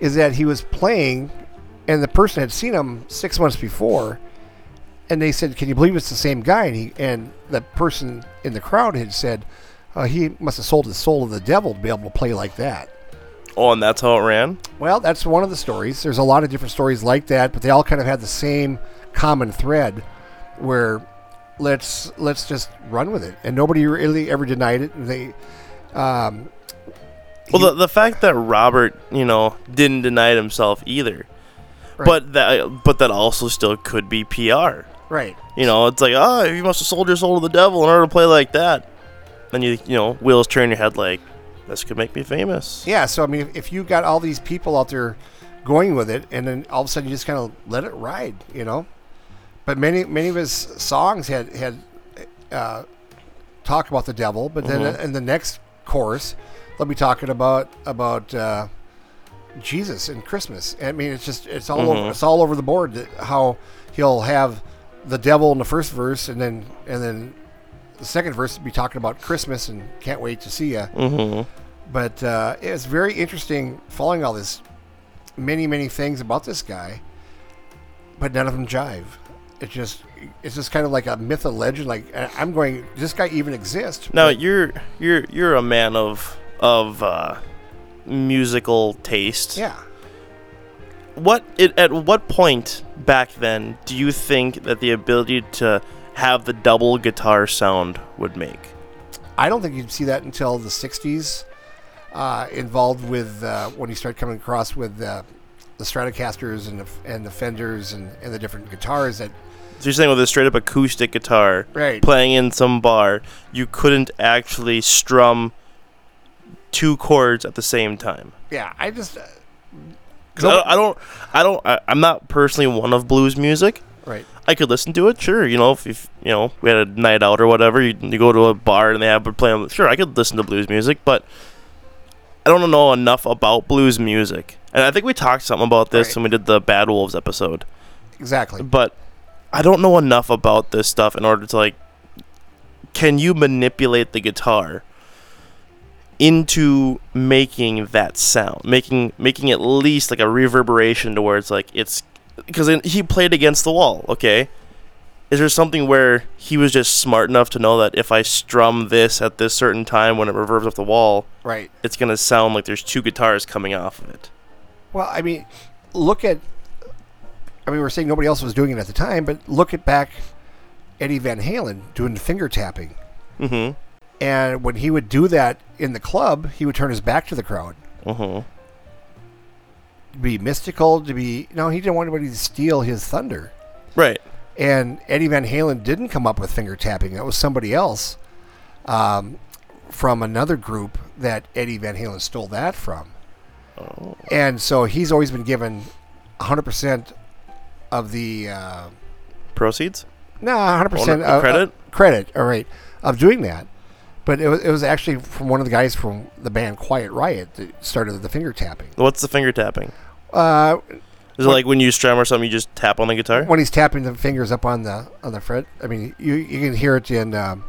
[SPEAKER 4] is that he was playing and the person had seen him six months before and they said can you believe it's the same guy and he and the person in the crowd had said uh, he must have sold his soul to the devil to be able to play like that
[SPEAKER 8] Oh, and that's how it ran.
[SPEAKER 4] well that's one of the stories there's a lot of different stories like that but they all kind of had the same common thread where let's let's just run with it and nobody really ever denied it and they um,
[SPEAKER 8] Well, the, the fact that Robert, you know, didn't deny it himself either,
[SPEAKER 4] Right.
[SPEAKER 8] but that but that also still could be PR.
[SPEAKER 4] right
[SPEAKER 8] You know, it's like, oh, you must have sold your soul to the devil in order to play like that. And you, you know, wheels turn your head like, this could make me famous.
[SPEAKER 4] Yeah, so I mean, if, if you got all these people out there going with it, and then all of a sudden you just kind of let it ride, you know. But many many of his songs had had uh, talk about the devil, but then in the next chorus they'll be talking about about uh, Jesus and Christmas. I mean, it's just it's all over it's all over the board that how he'll have the devil in the first verse, and then and then the second verse will be talking about Christmas and can't wait to see ya but uh, it's very interesting following all this many many things about this guy but none of them jive it just it's just kind of like a myth a legend like I- i'm going does this guy even exist
[SPEAKER 8] Now you're you're you're a man of of uh, musical taste.
[SPEAKER 4] yeah
[SPEAKER 8] What it, at what point back then do you think that the ability to have the double guitar sound would make?
[SPEAKER 4] i don't think you'd see that until the 60s uh, involved with uh, when you start coming across with uh, the stratocasters and the, and the fenders and, and the different guitars that
[SPEAKER 8] So you're saying with a straight up acoustic guitar,
[SPEAKER 4] Right.
[SPEAKER 8] playing in some bar, you couldn't actually strum two chords at the same time.
[SPEAKER 4] yeah i just uh,
[SPEAKER 8] 'Cause I, don't, I don't, I don't, I, am not personally one of blues music.
[SPEAKER 4] right
[SPEAKER 8] I could listen to it, sure. You know, if, if you know we had a night out or whatever, you, you go to a bar and they have it playing. Sure, I could listen to blues music, but I don't know enough about blues music. And I think we talked something about this
[SPEAKER 4] Right.
[SPEAKER 8] when we did the Bad Wolves episode.
[SPEAKER 4] exactly
[SPEAKER 8] but I don't know enough about this stuff in order to like can you manipulate the guitar into making that sound making making at least like a reverberation to where it's like it's because he played against the wall okay is there something where he was just smart enough to know that if i strum this at this certain time when it reverbs off the wall
[SPEAKER 4] right
[SPEAKER 8] it's going to sound like there's two guitars coming off of it
[SPEAKER 4] Well, I mean, look at. I mean, we are saying nobody else was doing it at the time, but look at back Eddie Van Halen doing the finger tapping. Mm-hmm. And when he would do that in the club, he would turn his back to the crowd.
[SPEAKER 8] Mhm.
[SPEAKER 4] To be mystical, to be. No, he didn't want anybody to steal his thunder.
[SPEAKER 8] right
[SPEAKER 4] And Eddie Van Halen didn't come up with finger tapping, that was somebody else um, from another group that Eddie Van Halen stole that from.
[SPEAKER 8] Oh.
[SPEAKER 4] And so he's always been given 100% of the uh,
[SPEAKER 8] proceeds
[SPEAKER 4] no 100%
[SPEAKER 8] Owner-
[SPEAKER 4] of,
[SPEAKER 8] credit?
[SPEAKER 4] of- credit, all right, of doing that. But it was, it was actually from one of the guys from the band Quiet Riot that started the finger tapping.
[SPEAKER 8] what's the finger tapping
[SPEAKER 4] Uh,
[SPEAKER 8] is it like when you strum or something you just tap on the guitar
[SPEAKER 4] when he's tapping the fingers up on the on the fret, I mean, you you can hear it in um,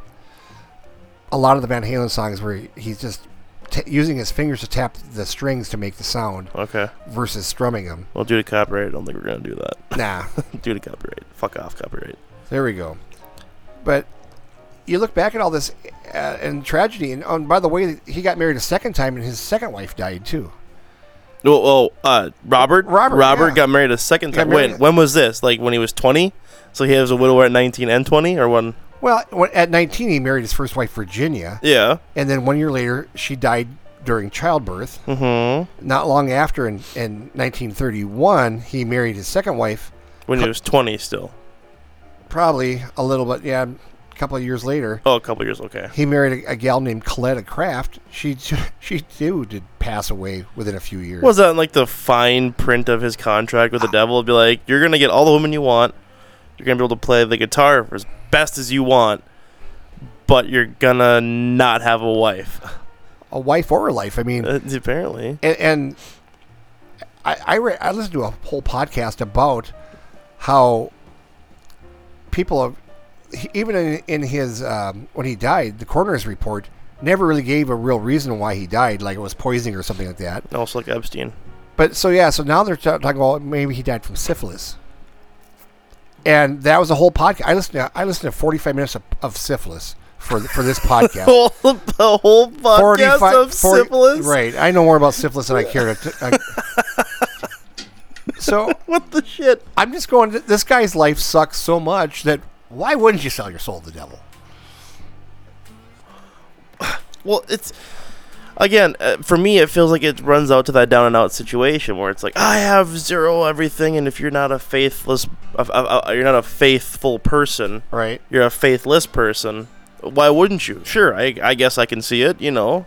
[SPEAKER 4] a lot of the Van Halen songs where he, he's just t- using his fingers to tap the strings to make the sound
[SPEAKER 8] okay
[SPEAKER 4] versus strumming them.
[SPEAKER 8] Well, due to copyright, I don't think we're gonna do that. *laughs*
[SPEAKER 4] Nah, *laughs*
[SPEAKER 8] due to copyright, fuck off copyright.
[SPEAKER 4] there we go. But you look back at all this uh, and tragedy, and, oh, and by the way, he got married a second time, and his second wife died too.
[SPEAKER 8] Well, well uh, Robert,
[SPEAKER 4] Robert, yeah.
[SPEAKER 8] got married a second
[SPEAKER 4] Got
[SPEAKER 8] time. Wait,
[SPEAKER 4] married-
[SPEAKER 8] when was this? Like when he was twenty? So he was a widower at nineteen and twenty, or when?
[SPEAKER 4] Well, when- at 19, he married his first wife, Virginia,
[SPEAKER 8] Yeah.
[SPEAKER 4] and then one year later, she died during childbirth. Mm-hmm. Not long after, in, in 1931, he married his second wife,
[SPEAKER 8] when he was 20 still.
[SPEAKER 4] probably a little bit, yeah, a couple of years later.
[SPEAKER 8] Oh, a couple years, okay.
[SPEAKER 4] He married a, a gal named Coletta Craft. She, *laughs* she too did pass away within a few years.
[SPEAKER 8] Was that like the fine print of his contract
[SPEAKER 4] Ah.
[SPEAKER 8] with the devil? It'd be like, you're gonna get all the women you want. You're gonna be able to play the guitar for as best as you want, but you're gonna not have a wife.
[SPEAKER 4] a wife or a life. I mean,
[SPEAKER 8] Uh, apparently,
[SPEAKER 4] and, and I I, re- I listened to a whole podcast about how people have he- even in, in his um, when he died, the coroner's report never really gave a real reason why he died, like it was poisoning or something like that.
[SPEAKER 8] also like Epstein.
[SPEAKER 4] But so yeah, so now they're ta- talking about maybe he died from syphilis. And that was a whole podcast. I listened to I listened to 45 minutes of, of syphilis for for this
[SPEAKER 8] *laughs*
[SPEAKER 4] podcast.
[SPEAKER 8] All the whole podcast
[SPEAKER 4] 45
[SPEAKER 8] of
[SPEAKER 4] 40
[SPEAKER 8] syphilis.
[SPEAKER 4] Right. I know more about syphilis than I care to. I-
[SPEAKER 8] *laughs*
[SPEAKER 4] so
[SPEAKER 8] What the shit?
[SPEAKER 4] I'm just going. This guy's life sucks so much that why wouldn't you sell your soul to the devil?
[SPEAKER 8] Well, it's again uh, for me. It feels like it runs out to that down and out situation where it's like I have zero everything, and if you're not a faithless, uh, uh, uh, you're not a faithful person,
[SPEAKER 4] Right.
[SPEAKER 8] you're a faithless person. Why wouldn't you? Sure, I, I guess I can see it. You know,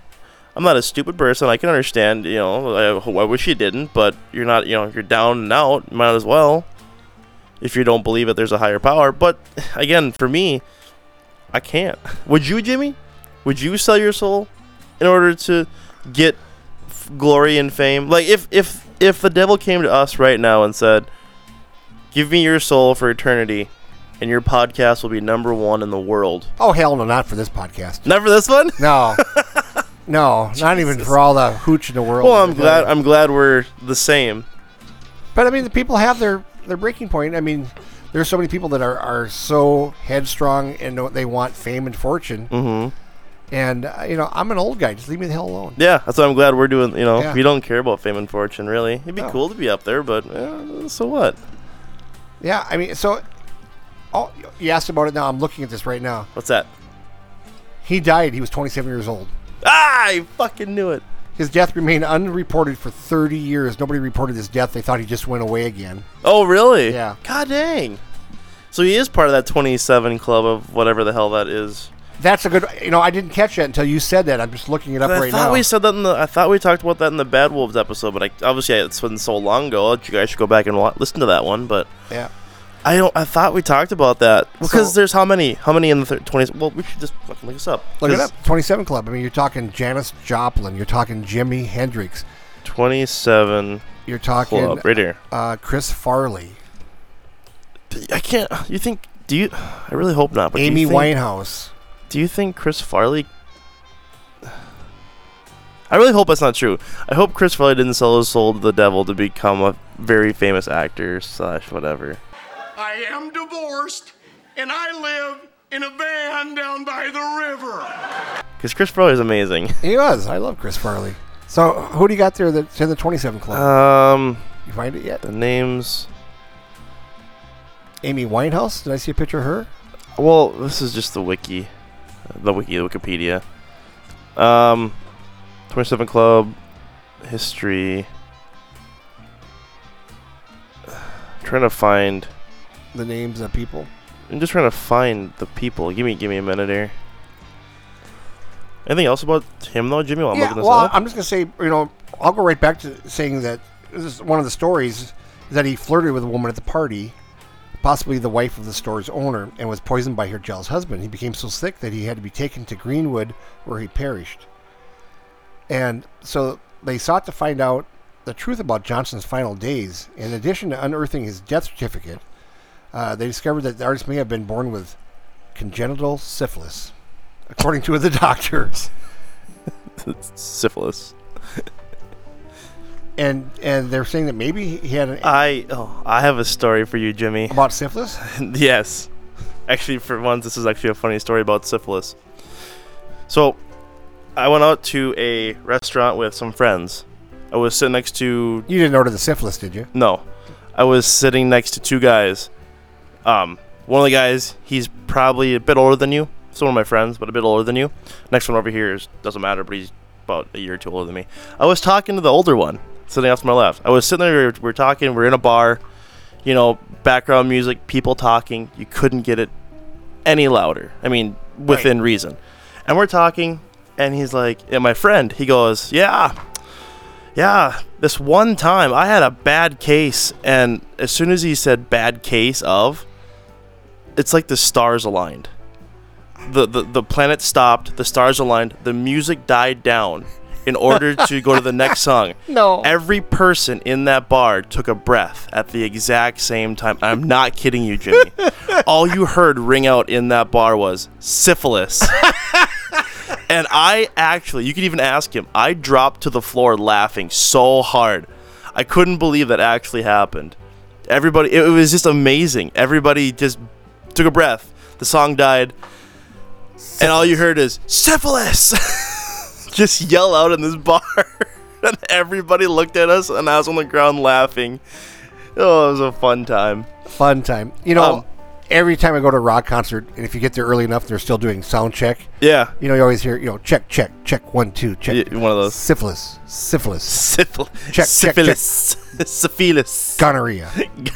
[SPEAKER 8] I'm not a stupid person. I can understand. You know, uh, I, I wish you didn't, but you're not. You know, if you're down and out. Might as well. If you don't believe that there's a higher power, but *sighs* again, for me, I can't. *laughs* Would you, Jimmy? Would you sell your soul in order to get f- glory and fame? Like, if if if the devil came to us right now and said, "Give me your soul for eternity," and your podcast will be number one in the world.
[SPEAKER 4] Oh hell no, not for this podcast.
[SPEAKER 8] Not for this one. *laughs*
[SPEAKER 4] No. No, not even for all the hooch in the world.
[SPEAKER 8] Well, I'm glad. I'm glad we're the same.
[SPEAKER 4] But I mean, the people have their their breaking point. I mean, there's so many people that are, are so headstrong and know they want fame and fortune. Mm-hmm. And uh, you know, I'm an old guy. Just leave me the hell alone.
[SPEAKER 8] Yeah, that's why I'm glad we're doing. You know,
[SPEAKER 4] Yeah.
[SPEAKER 8] we don't care about fame and fortune really. It'd be
[SPEAKER 4] No.
[SPEAKER 8] cool to be up there, but eh, so what?
[SPEAKER 4] Yeah, I mean, so. Oh, you asked about it now. I'm looking at this right now.
[SPEAKER 8] What's that?
[SPEAKER 4] He died. He was 27 years old.
[SPEAKER 8] Ah, I fucking knew it.
[SPEAKER 4] His death remained unreported for 30 years. Nobody reported his death. They thought he just went away again.
[SPEAKER 8] Oh, really?
[SPEAKER 4] Yeah.
[SPEAKER 8] God dang. So he is part of that 27 club of whatever the hell that is.
[SPEAKER 4] That's a good. You know, I didn't catch that until you said that. I'm just looking it up
[SPEAKER 8] I
[SPEAKER 4] right
[SPEAKER 8] thought
[SPEAKER 4] now.
[SPEAKER 8] we said that in the. I thought we talked about that in the Bad Wolves episode, but I, obviously it's been so long ago. that You guys should go back and wa- listen to that one. But
[SPEAKER 4] yeah.
[SPEAKER 8] I don't. I thought we talked about that because
[SPEAKER 4] So-
[SPEAKER 8] there's how many? How many in the thir- 20s? Well, we should just fucking look this up.
[SPEAKER 4] Look it
[SPEAKER 8] 'Cause
[SPEAKER 4] up. 27 Club. I mean, you're talking Janis Joplin. You're talking Jimi Hendrix.
[SPEAKER 8] 27
[SPEAKER 4] You're talking
[SPEAKER 8] club right here.
[SPEAKER 4] uh, Chris Farley,
[SPEAKER 8] I can't. You think? Do you? I really hope not. But do you
[SPEAKER 4] Amy
[SPEAKER 8] think-
[SPEAKER 4] Winehouse.
[SPEAKER 8] Do you think Chris Farley? I really hope that's not true. I hope Chris Farley didn't sell his soul to the devil to become a very famous actor slash whatever.
[SPEAKER 3] I am divorced, and I live in a van down by the river.
[SPEAKER 8] Because Chris Farley is amazing. *laughs*
[SPEAKER 4] He was. I love Chris Farley. So who do you got there that's in the 27 Club?
[SPEAKER 8] Um,
[SPEAKER 4] you find it yet?
[SPEAKER 8] the names.
[SPEAKER 4] Amy Winehouse. Did I see a picture of her?
[SPEAKER 8] Well, this is just the wiki, the wiki, the Wikipedia. Um, 27 Club history. *sighs* trying to find.
[SPEAKER 4] The names of people.
[SPEAKER 8] I'm just trying to find the people. Give me, give me a minute here. Anything else about him though, Jimmy? While I'm
[SPEAKER 4] yeah,
[SPEAKER 8] looking this
[SPEAKER 4] well,
[SPEAKER 8] up.
[SPEAKER 4] I'm just gonna say, you know, I'll go right back to saying that this is one of the stories that he flirted with a woman at the party, possibly the wife of the store's owner, and was poisoned by her jealous husband. He became so sick that he had to be taken to Greenwood, where he perished. And so they sought to find out the truth about Johnson's final days. In addition to unearthing his death certificate, uh, they discovered that the artist may have been born with congenital syphilis, according to the *laughs* doctors.
[SPEAKER 8] Syphilis.
[SPEAKER 4] and and they're saying that maybe he had an
[SPEAKER 8] I oh, I have a story for you, Jimmy.
[SPEAKER 4] about syphilis.
[SPEAKER 8] *laughs* yes. Actually, for once, this is actually a funny story about syphilis. So, I went out to a restaurant with some friends. I was sitting next to
[SPEAKER 4] You didn't order the syphilis, did you?
[SPEAKER 8] No, I was sitting next to two guys. Um, one of the guys, he's probably a bit older than you. It's one of my friends, but a bit older than you. Next one over here is doesn't matter, but he's about a year or two older than me. I was talking to the older one sitting off to my left. I was sitting there, we were, we were talking, we we're in a bar, you know, background music, people talking. You couldn't get it any louder. I mean, within reason. And we're talking, and he's like, and my friend, he goes, yeah, yeah, this one time I had a bad case, and as soon as he said bad case of, it's like the stars aligned. The, the, the planet stopped, the stars aligned, the music died down in order to go to the next song.
[SPEAKER 4] No.
[SPEAKER 8] Every person in that bar took a breath at the exact same time. I'm not kidding you, Jimmy. All you heard ring out in that bar was syphilis. And I actually, you could even ask him, I dropped to the floor laughing so hard. I couldn't believe that actually happened. Everybody, it was just amazing. Everybody just took a breath. The song died. And all you heard is, syphilis! *laughs* just yell out in this bar. *laughs* and everybody looked at us, and I was on the ground laughing. Oh, it was a fun time.
[SPEAKER 4] Fun time. You know,
[SPEAKER 8] Um,
[SPEAKER 4] every time I go to a rock concert, and if you get there early enough, they're still doing sound check.
[SPEAKER 8] Yeah.
[SPEAKER 4] You know, you always hear, you know, check, check, check, one, two, check.
[SPEAKER 8] Yeah, one of those.
[SPEAKER 4] Syphilis, *laughs* syphilis,
[SPEAKER 8] Syphil-
[SPEAKER 4] check, check.
[SPEAKER 8] syphilis. *laughs* Syphilis.
[SPEAKER 4] gonorrhea,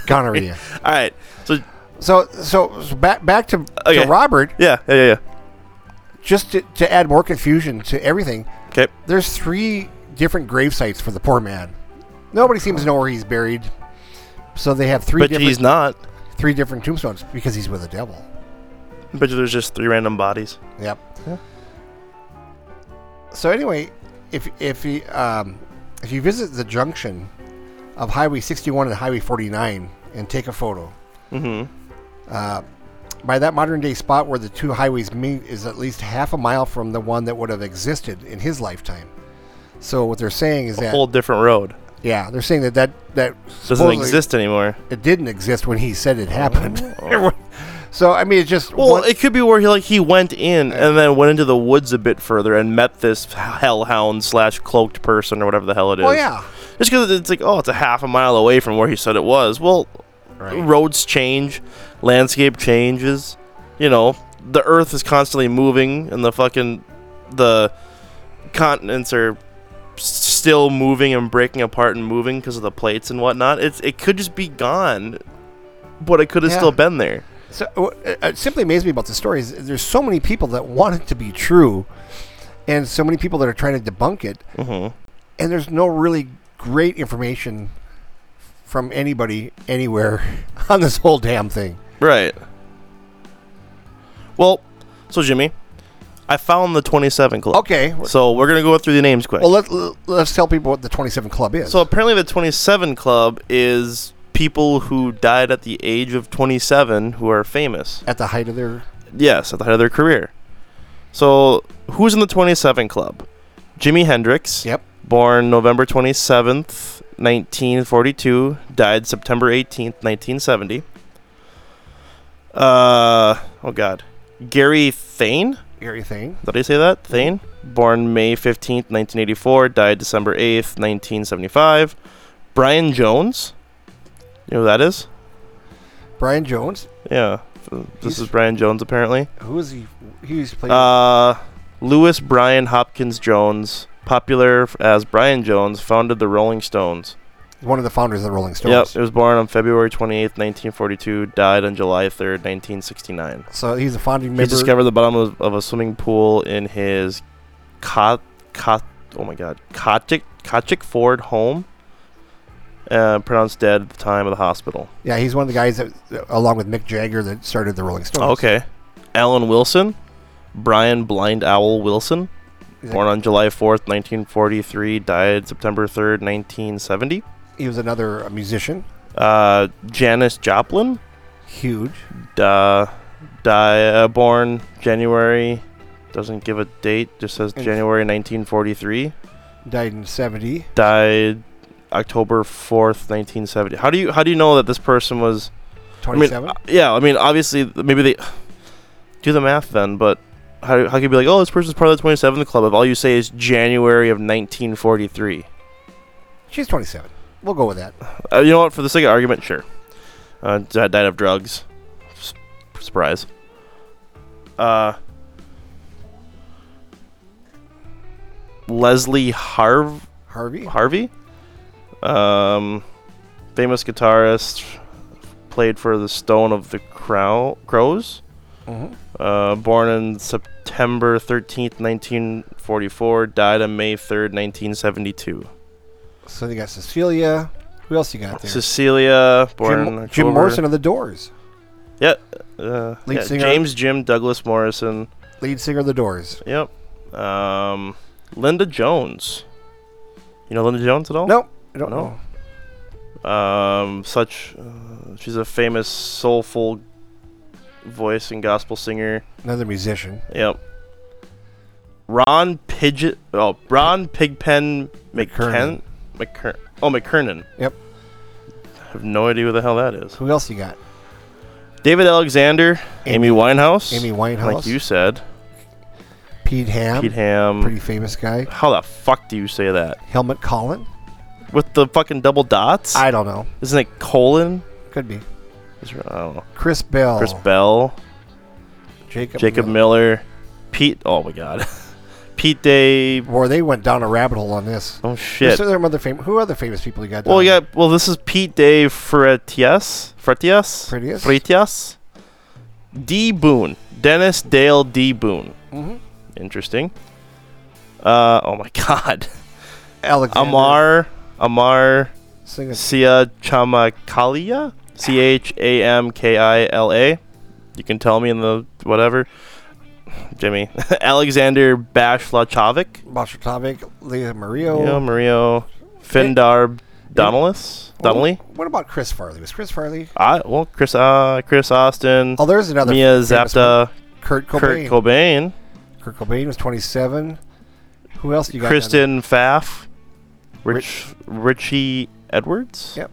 [SPEAKER 4] gonorrhea.
[SPEAKER 8] *laughs* All right. So,
[SPEAKER 4] So, so, so back back to,
[SPEAKER 8] Okay.
[SPEAKER 4] to Robert,
[SPEAKER 8] yeah, yeah, yeah. yeah.
[SPEAKER 4] just to, to add more confusion to everything.
[SPEAKER 8] Okay.
[SPEAKER 4] There's three different grave sites for the poor man. Nobody seems to know where he's buried, so they have three
[SPEAKER 8] But
[SPEAKER 4] different
[SPEAKER 8] he's not.
[SPEAKER 4] three different tombstones because he's with the devil.
[SPEAKER 8] But there's just three random bodies.
[SPEAKER 4] Yep. So anyway, if if you um, if you visit the junction of Highway 61 and Highway 49 and take a photo, mm-hmm. uh, by that modern day spot where the two highways meet is at least half a mile from the one that would have existed in his lifetime. So what they're saying is
[SPEAKER 8] A
[SPEAKER 4] that
[SPEAKER 8] whole different road.
[SPEAKER 4] yeah, they're saying that that that
[SPEAKER 8] Doesn't
[SPEAKER 4] supposedly
[SPEAKER 8] exist anymore.
[SPEAKER 4] It didn't exist when he said *laughs* it happened. *laughs* so I mean, it's just
[SPEAKER 8] Well,
[SPEAKER 4] one-
[SPEAKER 8] it could be where he like he went in and then went into the woods a bit further and met this hellhound slash cloaked person or whatever the hell it is.
[SPEAKER 4] Well, Oh, yeah.
[SPEAKER 8] Just because it's like, oh, it's a half a mile away from where he said it was. Well, roads change, landscape changes. You know, the Earth is constantly moving, and the fucking the continents are s- still moving and breaking apart and moving because of the plates and whatnot. It's it could just be gone, but it could have
[SPEAKER 4] Yeah.
[SPEAKER 8] still been there.
[SPEAKER 4] So uh, it simply amazed me about the story is there's so many people that want it to be true, and so many people that are trying to debunk it,
[SPEAKER 8] Mm-hmm.
[SPEAKER 4] and there's no really great information from anybody anywhere *laughs* on this whole damn thing.
[SPEAKER 8] Right. Well, so Jimmy, I found the 27 club.
[SPEAKER 4] Okay.
[SPEAKER 8] So we're gonna go through the names quick.
[SPEAKER 4] Well, let, let- let's tell people what the 27 Club is.
[SPEAKER 8] so apparently, the 27 club is people who died at the age of 27 who are famous.
[SPEAKER 4] at the height of their
[SPEAKER 8] Yes, at the height of their career. So who's in the 27 club? Jimi Hendrix.
[SPEAKER 4] Yep.
[SPEAKER 8] Born November 27th, 1942. Died September 18th, 1970. Uh, oh God. Gary Thane?
[SPEAKER 4] eerie thing.
[SPEAKER 8] Did I say that? Thane, born May 15th, 1984, died December 8th, 1975. Brian Jones. You know who that is?
[SPEAKER 4] Brian Jones,
[SPEAKER 8] Yeah. This
[SPEAKER 4] He's-
[SPEAKER 8] is Brian Jones, apparently.
[SPEAKER 4] who is he? He was playing.
[SPEAKER 8] Uh, Lewis Brian Hopkins Jones, popular f- as Brian Jones, founded the Rolling Stones.
[SPEAKER 4] one of the founders of the Rolling
[SPEAKER 8] Yep,
[SPEAKER 4] Stones.
[SPEAKER 8] he was born on February 28th, 1942, died on July 3rd, 1969.
[SPEAKER 4] So he's a founding member.
[SPEAKER 8] He discovered the bottom of, of a swimming pool in his cot, cot, oh my god, Kotick, Kotick Ford home. Uh, pronounced dead at the time of the hospital.
[SPEAKER 4] yeah, he's one of the guys that, along with Mick Jagger, that started the Rolling Stones.
[SPEAKER 8] Okay. Alan Wilson, Brian Blind Owl Wilson,
[SPEAKER 4] He's a-
[SPEAKER 8] born on July 4th, 1943, died September 3rd, 1970.
[SPEAKER 4] He was another uh, musician.
[SPEAKER 8] Uh, Janis Joplin,
[SPEAKER 4] Huge.
[SPEAKER 8] uh, die, uh, born January, doesn't give a date, just says
[SPEAKER 4] And-
[SPEAKER 8] January 1943,
[SPEAKER 4] Died in 70.
[SPEAKER 8] died October 4th, 1970. How do you how do you know that this person was I mean,
[SPEAKER 4] 27.
[SPEAKER 8] uh, yeah, I mean, obviously, th- maybe they *sighs* do the math then, but how, how can you be like, oh, this person's part of the 27th club if all you say is January of 1943?
[SPEAKER 4] She's 27. We'll go with that.
[SPEAKER 8] Uh, you know what? For the sake of argument, sure. Uh, d- died of drugs. S- surprise. Uh, Leslie Harv
[SPEAKER 4] Harvey.
[SPEAKER 8] Harvey, um, famous guitarist, played for the Stone of the Crow Crows.
[SPEAKER 4] Mm-hmm.
[SPEAKER 8] Uh, born on September 13th, 1944, died on May 3rd, 1972.
[SPEAKER 4] So they got Cecilia. Who else you got there?
[SPEAKER 8] Cecilia, born
[SPEAKER 4] Jim,
[SPEAKER 8] in
[SPEAKER 4] Jim
[SPEAKER 8] October.
[SPEAKER 4] Morrison of the Doors.
[SPEAKER 8] Yeah. Uh,
[SPEAKER 4] Lead
[SPEAKER 8] yeah,
[SPEAKER 4] singer.
[SPEAKER 8] James Jim Douglas Morrison.
[SPEAKER 4] Lead singer of the Doors.
[SPEAKER 8] Yep. Um, Linda Jones. You know Linda Jones at all?
[SPEAKER 4] Nope. I don't
[SPEAKER 8] No.
[SPEAKER 4] know.
[SPEAKER 8] Um, such. Uh, she's a famous soulful voice and gospel singer.
[SPEAKER 4] Another musician.
[SPEAKER 8] Yep. Ron Pidget. Oh, Ron Pigpen McKen.
[SPEAKER 4] McKernan.
[SPEAKER 8] McKer- oh, McKernan.
[SPEAKER 4] Yep.
[SPEAKER 8] I have no idea who the hell that is.
[SPEAKER 4] Who else you got?
[SPEAKER 8] David Alexander, Amy, Winehouse.
[SPEAKER 4] Amy Winehouse.
[SPEAKER 8] Like you said.
[SPEAKER 4] Pete Ham.
[SPEAKER 8] Pete Ham.
[SPEAKER 4] Pretty famous guy.
[SPEAKER 8] How the fuck do you say that?
[SPEAKER 4] Helmut Collin.
[SPEAKER 8] With the fucking double dots?
[SPEAKER 4] I don't know.
[SPEAKER 8] Isn't it colon?
[SPEAKER 4] Could be.
[SPEAKER 8] Is- I don't know.
[SPEAKER 4] Chris Bell.
[SPEAKER 8] Chris Bell,
[SPEAKER 4] Jacob.
[SPEAKER 8] Jacob
[SPEAKER 4] Miller.
[SPEAKER 8] Miller, Pete. Oh my God, *laughs* Pete Day.
[SPEAKER 4] Boy, they went down a rabbit hole on this.
[SPEAKER 8] Oh shit.
[SPEAKER 4] Who's their other fam- who other famous people you got?
[SPEAKER 8] Well,
[SPEAKER 4] down
[SPEAKER 8] yeah.
[SPEAKER 4] there?
[SPEAKER 8] Well, this is Pete Day Fretias. Fretias.
[SPEAKER 4] Fretias.
[SPEAKER 8] Fretias. D Boone. Dennis Dale D Boone.
[SPEAKER 4] Mm-hmm.
[SPEAKER 8] Interesting. Uh, oh my *laughs* God.
[SPEAKER 4] Alexander.
[SPEAKER 8] Amar. Amar.
[SPEAKER 4] Singing.
[SPEAKER 8] Sia Chamakalia, C H A M K I L A. You can tell me in the whatever. Jimmy *laughs* Alexander Bashlachovic,
[SPEAKER 4] Bashotovic. Leah Mario.
[SPEAKER 8] Yo Mario Findar Donalis,
[SPEAKER 4] Oh.
[SPEAKER 8] Donnelly.
[SPEAKER 4] What about Chris Farley? Was Chris Farley?
[SPEAKER 8] I well Chris uh, Chris Austin,
[SPEAKER 4] Oh, there's another.
[SPEAKER 8] Mia
[SPEAKER 4] famous one.
[SPEAKER 8] Zapta,
[SPEAKER 4] Kurt
[SPEAKER 8] Kurt
[SPEAKER 4] Cobain.
[SPEAKER 8] Cobain,
[SPEAKER 4] Kurt Cobain was 27. Who else you got? down there?
[SPEAKER 8] Kristen Pfaff, Rich Richie Edwards.
[SPEAKER 4] Yep.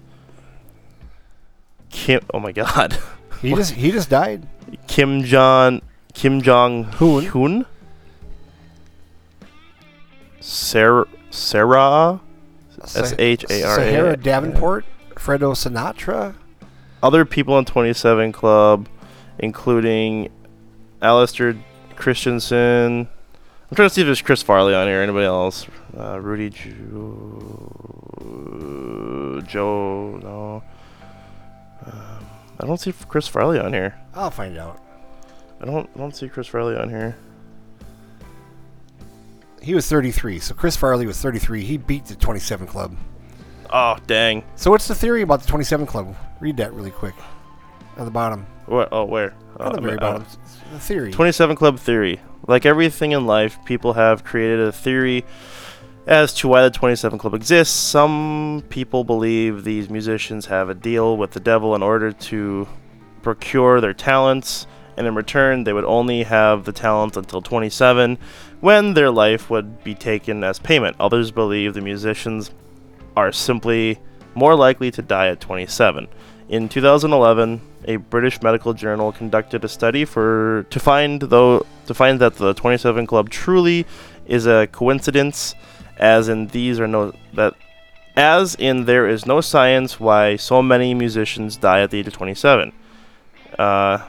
[SPEAKER 8] Kim. Oh my *laughs* God.
[SPEAKER 4] He just he just died.
[SPEAKER 8] Kim Jong Kim Jong
[SPEAKER 4] Hoon.
[SPEAKER 8] Hoon. Sarah Sarah S H A R A.
[SPEAKER 4] Sahara Davenport, Fredo Sinatra,
[SPEAKER 8] Other people in 27 Club, including Alistair Christensen. I'm trying to see if there's Chris Farley on here. Anybody else? Uh, Rudy Joe. Joe. No. Um, I don't see Chris Farley on here.
[SPEAKER 4] I'll find out.
[SPEAKER 8] I don't. I don't see Chris Farley on here.
[SPEAKER 4] He was 33, so Chris Farley was 33. He beat the 27 Club.
[SPEAKER 8] Oh dang.
[SPEAKER 4] So what's the theory about the 27 Club? Read that really quick. At the bottom,
[SPEAKER 8] Where, oh, where? Uh,
[SPEAKER 4] at the
[SPEAKER 8] I'm-
[SPEAKER 4] very
[SPEAKER 8] uh,
[SPEAKER 4] bottom, the theory.
[SPEAKER 8] 27 Club Theory. Like everything in life, people have created a theory as to why the 27 Club exists. Some people believe these musicians have a deal with the devil in order to procure their talents, and in return, they would only have the talent until 27, when their life would be taken as payment. Others believe the musicians are simply more likely to die at 27. In 2011, a British medical journal conducted a study for to find though to find that the 27 Club truly is a coincidence, as in these are no that as in there is no science why so many musicians die at the age of 27. Uh,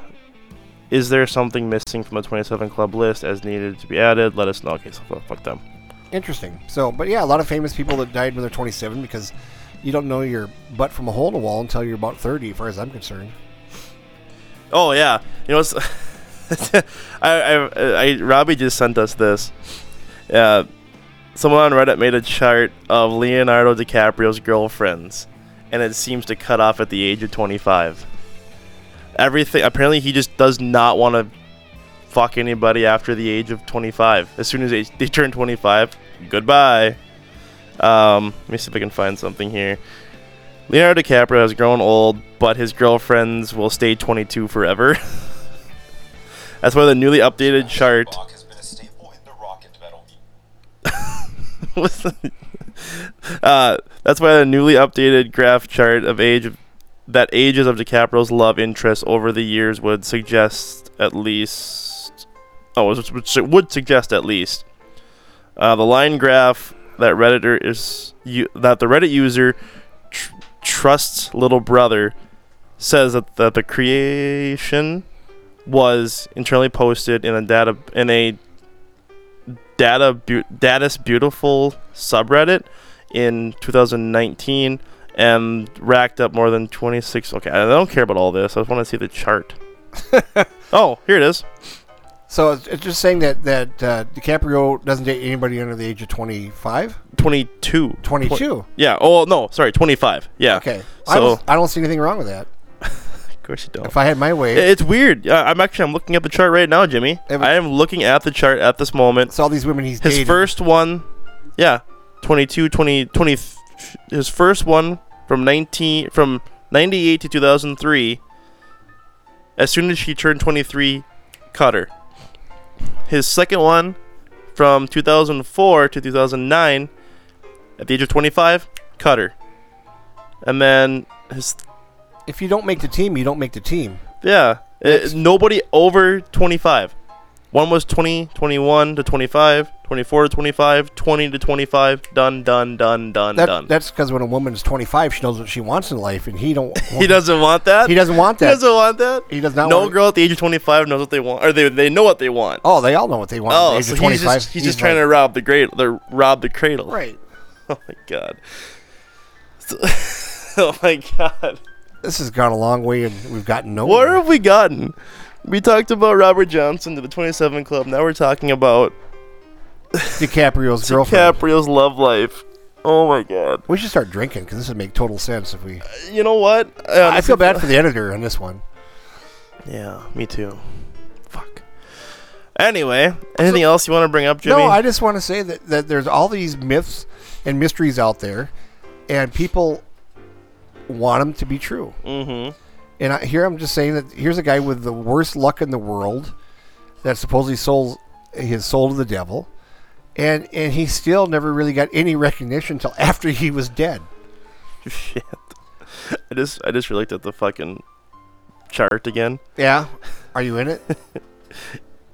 [SPEAKER 8] is there something missing from the 27 Club list as needed to be added? Let us know. Okay, so fuck- fuck them.
[SPEAKER 4] Interesting. So, but yeah, a lot of famous people that died when they're 27 because you don't know your butt from a hole in a wall until you're about 30, as far as I'm concerned.
[SPEAKER 8] Oh yeah, you know, it's *laughs* I, I, I, Robbie just sent us this. Uh, someone on Reddit made a chart of Leonardo DiCaprio's girlfriends, and it seems to cut off at the age of 25. Everything apparently he just does not want to fuck anybody after the age of 25. As soon as they, they turn 25, goodbye. Um, let me see if I can find something here. Leonardo DiCaprio has grown old, but his girlfriends will stay 22 forever. *laughs* That's why the newly updated chart *laughs* was- uh, that's why the newly updated graph chart of age that ages of DiCaprio's love interests over the years would suggest at least oh it was- would su- would suggest at least uh, the line graph that redditor is u- that the Reddit user tr- trusts little brother says that, that the creation was internally posted in a data in a data bu- data's beautiful subreddit in 2019 and racked up more than 26 okay i don't care about all this i just want to see the
[SPEAKER 4] *laughs*
[SPEAKER 8] chart oh here it is
[SPEAKER 4] So it's, it's just saying that that uh, DiCaprio doesn't date anybody under the age of 25,
[SPEAKER 8] 22
[SPEAKER 4] 22.
[SPEAKER 8] yeah oh no sorry 25 yeah
[SPEAKER 4] Okay. I,
[SPEAKER 8] so
[SPEAKER 4] don't, I don't see anything wrong with that.
[SPEAKER 8] of course you don't
[SPEAKER 4] If I had my way,
[SPEAKER 8] it's weird Uh, i'm actually i'm looking at the chart right now jimmy
[SPEAKER 4] It was-
[SPEAKER 8] i am looking at the chart at this moment
[SPEAKER 4] it's all these women he's
[SPEAKER 8] His
[SPEAKER 4] dated.
[SPEAKER 8] first one, yeah, 22, 20, 20 his first one from 19 from 98 to 2003. As soon as she turned 23, cut her. His second one from 2004 to 2009 at the age of 25, cut her. And then his
[SPEAKER 4] If you don't make the team, you don't make the team.
[SPEAKER 8] yeah, uh,
[SPEAKER 4] Next.
[SPEAKER 8] nobody over 25. One was 20, 21 to 25, 24 to 25, 20 to 25. Done, done, done, done,
[SPEAKER 4] That,
[SPEAKER 8] done.
[SPEAKER 4] That's because when a woman's 25, she knows what she wants in life, and he don't.
[SPEAKER 8] *laughs* he doesn't want that.
[SPEAKER 4] He doesn't want that.
[SPEAKER 8] He doesn't want that.
[SPEAKER 4] He does not
[SPEAKER 8] No
[SPEAKER 4] want-
[SPEAKER 8] girl at the age of 25 knows what they want, or they, they know what they want.
[SPEAKER 4] Oh, they all know what they want. at the
[SPEAKER 8] Oh,
[SPEAKER 4] age
[SPEAKER 8] so
[SPEAKER 4] of
[SPEAKER 8] he's
[SPEAKER 4] 25.
[SPEAKER 8] just, he's just trying to rob the cradle. The, rob the cradle.
[SPEAKER 4] Right.
[SPEAKER 8] *laughs* Oh my god. So- *laughs* oh my god.
[SPEAKER 4] This has gone a long way, and we've gotten
[SPEAKER 8] What
[SPEAKER 4] nowhere.
[SPEAKER 8] have we gotten? We talked about Robert Johnson to the 27 Club. Now we're talking about
[SPEAKER 4] DiCaprio's girlfriend.
[SPEAKER 8] DiCaprio's love life. Oh my god.
[SPEAKER 4] we should start drinking because this would make total sense if we.
[SPEAKER 8] You know what?
[SPEAKER 4] I feel bad for the editor on this one.
[SPEAKER 8] Yeah, me too. Fuck. Anyway, anything else you want to bring up, Jimmy?
[SPEAKER 4] No, I just want to say that, that there's all these myths and mysteries out there, and people want them to be true. Mm-hmm. And I, here I'm just saying that here's a guy with the worst luck in the world that supposedly sold his soul to the devil, and and he still never really got any recognition until after he was dead.
[SPEAKER 8] *laughs* Shit. I just I just looked at the fucking chart again.
[SPEAKER 4] Yeah, are you in it?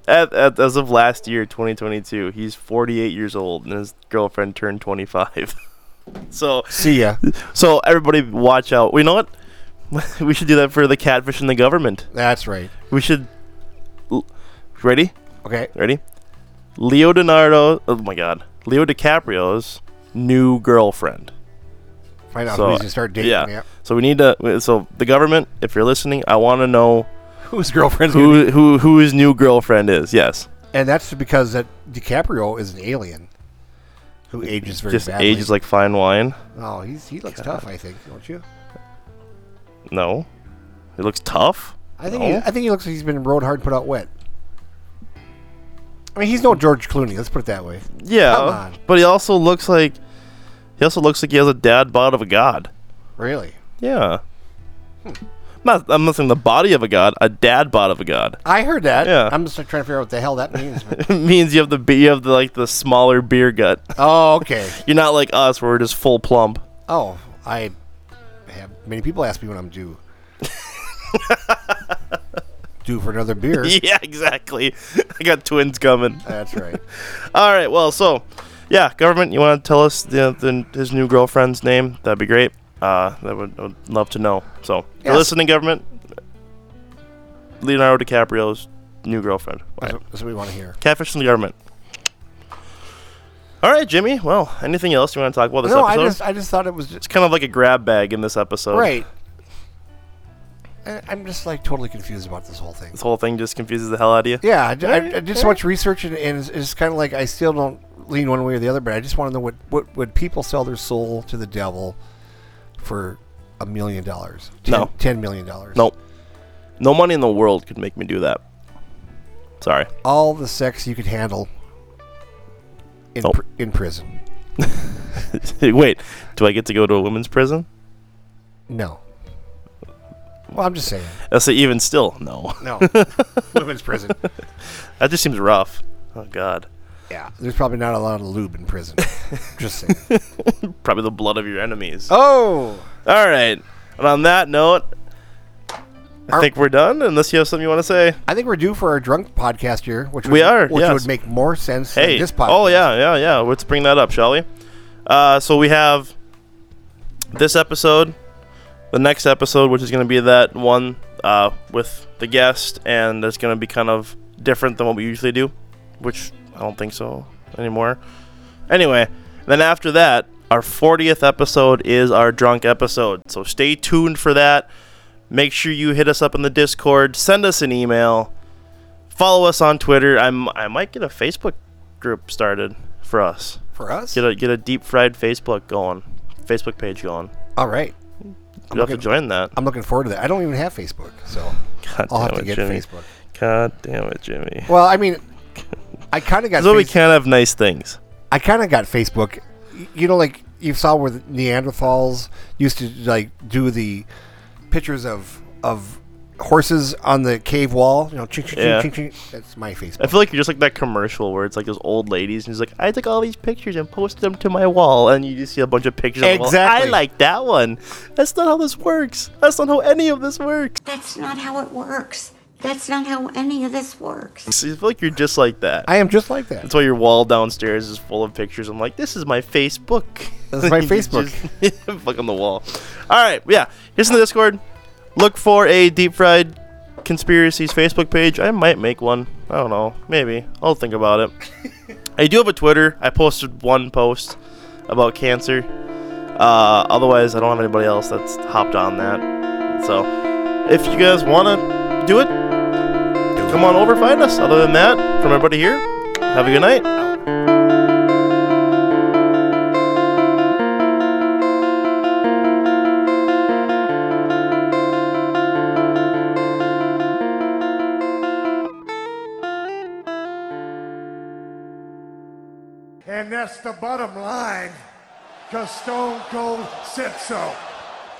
[SPEAKER 8] At, at, as of last year, 2022, he's 48 years old and his girlfriend turned 25. *laughs* so
[SPEAKER 4] See *laughs* ya.
[SPEAKER 8] so everybody watch out. You know what? *laughs* we should do that for the catfish in the government.
[SPEAKER 4] That's right.
[SPEAKER 8] We should. L- Ready?
[SPEAKER 4] Okay.
[SPEAKER 8] Ready? Leo Leonardo. Oh my God. Leo DiCaprio's new girlfriend.
[SPEAKER 4] Find out
[SPEAKER 8] So
[SPEAKER 4] who he's gonna start dating. Yeah.
[SPEAKER 8] *laughs* So we need to. w- So the government, if you're listening, I want to know
[SPEAKER 4] Whose girlfriend's gonna
[SPEAKER 8] who who who his new girlfriend is. Yes.
[SPEAKER 4] be- And that's because that DiCaprio is an alien who ages very
[SPEAKER 8] Just
[SPEAKER 4] badly.
[SPEAKER 8] ages like fine wine.
[SPEAKER 4] Oh, he's he looks tough. I think, don't you?
[SPEAKER 8] No. He looks tough.
[SPEAKER 4] I think
[SPEAKER 8] No.
[SPEAKER 4] he, I think he looks like he's been rode hard and put out wet. I mean, he's no George Clooney. Let's put it that way.
[SPEAKER 8] Yeah.
[SPEAKER 4] Come on.
[SPEAKER 8] But he also looks like he also looks like he has a dad bod of a god.
[SPEAKER 4] Really,
[SPEAKER 8] Yeah.
[SPEAKER 4] Hmm.
[SPEAKER 8] Not, I'm not saying the body of a god, a dad bod of a god. *laughs*
[SPEAKER 4] I heard that.
[SPEAKER 8] Yeah.
[SPEAKER 4] I'm just trying to figure out what the hell that means. but-
[SPEAKER 8] It means you have the be- you have the like the smaller beer gut.
[SPEAKER 4] *laughs* oh, okay.
[SPEAKER 8] You're not like us where we're just full plump.
[SPEAKER 4] Oh, I have many people ask me when I'm
[SPEAKER 8] *laughs*
[SPEAKER 4] due. due for another beer.
[SPEAKER 8] *laughs* Yeah, exactly. I got twins coming.
[SPEAKER 4] That's right.
[SPEAKER 8] All right. Well, so yeah, government. You want to tell us the, the his new girlfriend's name? That'd be great. Uh, that would, I would love to know. So, you're
[SPEAKER 4] Yes.
[SPEAKER 8] listening, government. Leonardo DiCaprio's new girlfriend. All
[SPEAKER 4] That's
[SPEAKER 8] right.
[SPEAKER 4] what, that's what we want to hear.
[SPEAKER 8] Catfish from the government. All right, Jimmy. Well, anything else you want to talk about this
[SPEAKER 4] No, I
[SPEAKER 8] episode? Oh.
[SPEAKER 4] just I just thought it was just
[SPEAKER 8] it's kind of like a grab bag in this episode.
[SPEAKER 4] Right. I- I'm just like totally confused about this whole thing.
[SPEAKER 8] This whole thing just confuses the hell out of you.
[SPEAKER 4] Yeah, I, I- I did so much research, and, and it's, it's kind of like I still don't lean one way or the other. But I just want to know what, what would people sell their soul to the devil for a million dollars? Ten-
[SPEAKER 8] No.
[SPEAKER 4] ten million dollars.
[SPEAKER 8] Nope. No money in the world could make me do that. Sorry. *laughs*
[SPEAKER 4] all the sex you could handle in
[SPEAKER 8] Nope.
[SPEAKER 4] pr- in prison.
[SPEAKER 8] Wait, do I get to go to a women's prison?
[SPEAKER 4] No. Well, I'm just saying.
[SPEAKER 8] I say Uh, even still, no. *laughs*
[SPEAKER 4] No, women's *laughs* prison.
[SPEAKER 8] That just seems rough. Oh God.
[SPEAKER 4] Yeah, there's probably not a lot of lube
[SPEAKER 8] *laughs*
[SPEAKER 4] in prison. just saying.
[SPEAKER 8] Probably the blood of your enemies.
[SPEAKER 4] Oh.
[SPEAKER 8] All right. And on that note, I think we're done. Unless you have something you want to say.
[SPEAKER 4] I think we're due for our drunk podcast here, which
[SPEAKER 8] We
[SPEAKER 4] would,
[SPEAKER 8] are,
[SPEAKER 4] which
[SPEAKER 8] yes.
[SPEAKER 4] would make more sense
[SPEAKER 8] Hey.
[SPEAKER 4] than this podcast.
[SPEAKER 8] Oh yeah, yeah, yeah. Let's bring that up, shall we? Uh, so we have this episode, the next episode, which is going to be that one uh, with the guest, and that's going to be kind of different than what we usually do, which I don't think so. anymore. Anyway, then after that, our 40th episode is our drunk episode. So stay tuned for that. Make sure you hit us up in the Discord, send us an email, follow us on Twitter. I'm I might get a Facebook group started for us.
[SPEAKER 4] For us?
[SPEAKER 8] Get a get a deep fried Facebook going. Facebook page going.
[SPEAKER 4] All right.
[SPEAKER 8] You'll have to
[SPEAKER 4] looking-
[SPEAKER 8] join that.
[SPEAKER 4] I'm looking forward to that. I don't even have Facebook, so
[SPEAKER 8] *laughs* God
[SPEAKER 4] I'll have
[SPEAKER 8] damn
[SPEAKER 4] to
[SPEAKER 8] it,
[SPEAKER 4] get
[SPEAKER 8] Jimmy.
[SPEAKER 4] Facebook.
[SPEAKER 8] God damn it, Jimmy.
[SPEAKER 4] Well, I mean, I kind of got.
[SPEAKER 8] So we
[SPEAKER 4] Face-
[SPEAKER 8] can't have nice things.
[SPEAKER 4] I kind of got Facebook. Y- You know, like you saw where the Neanderthals used to like do the pictures of of horses on the cave wall. You know, ching ching
[SPEAKER 8] Yeah.
[SPEAKER 4] ching ching. ching. That's my
[SPEAKER 8] I
[SPEAKER 4] Facebook.
[SPEAKER 8] feel like you're just like that commercial where it's like those old ladies and she's like, I took all these pictures and posted them to my wall, and you just see a bunch of pictures. on the wall.
[SPEAKER 4] Exactly.
[SPEAKER 8] I like that one. That's not how this works. That's not how any of this works.
[SPEAKER 9] That's not how it works. That's not how any of this works.
[SPEAKER 8] So you feel like you're just like that.
[SPEAKER 4] I am just like that.
[SPEAKER 8] That's why your wall downstairs is full of pictures. I'm like, this is my Facebook.
[SPEAKER 4] This is my
[SPEAKER 8] *laughs* You just-
[SPEAKER 4] Facebook.
[SPEAKER 8] Fuck on the wall. All right, yeah. Here's in the Discord. Look for a deep fried conspiracies Facebook page. I might make one. I don't know. Maybe. I'll think about it. I do have a Twitter. I posted one post about cancer. Uh, otherwise, I don't have anybody else that's hopped on that. So, if you guys want to do it, come on over, find us. Other than that, from everybody here, have a good night.
[SPEAKER 3] And that's the bottom line, because Stone Cold said so.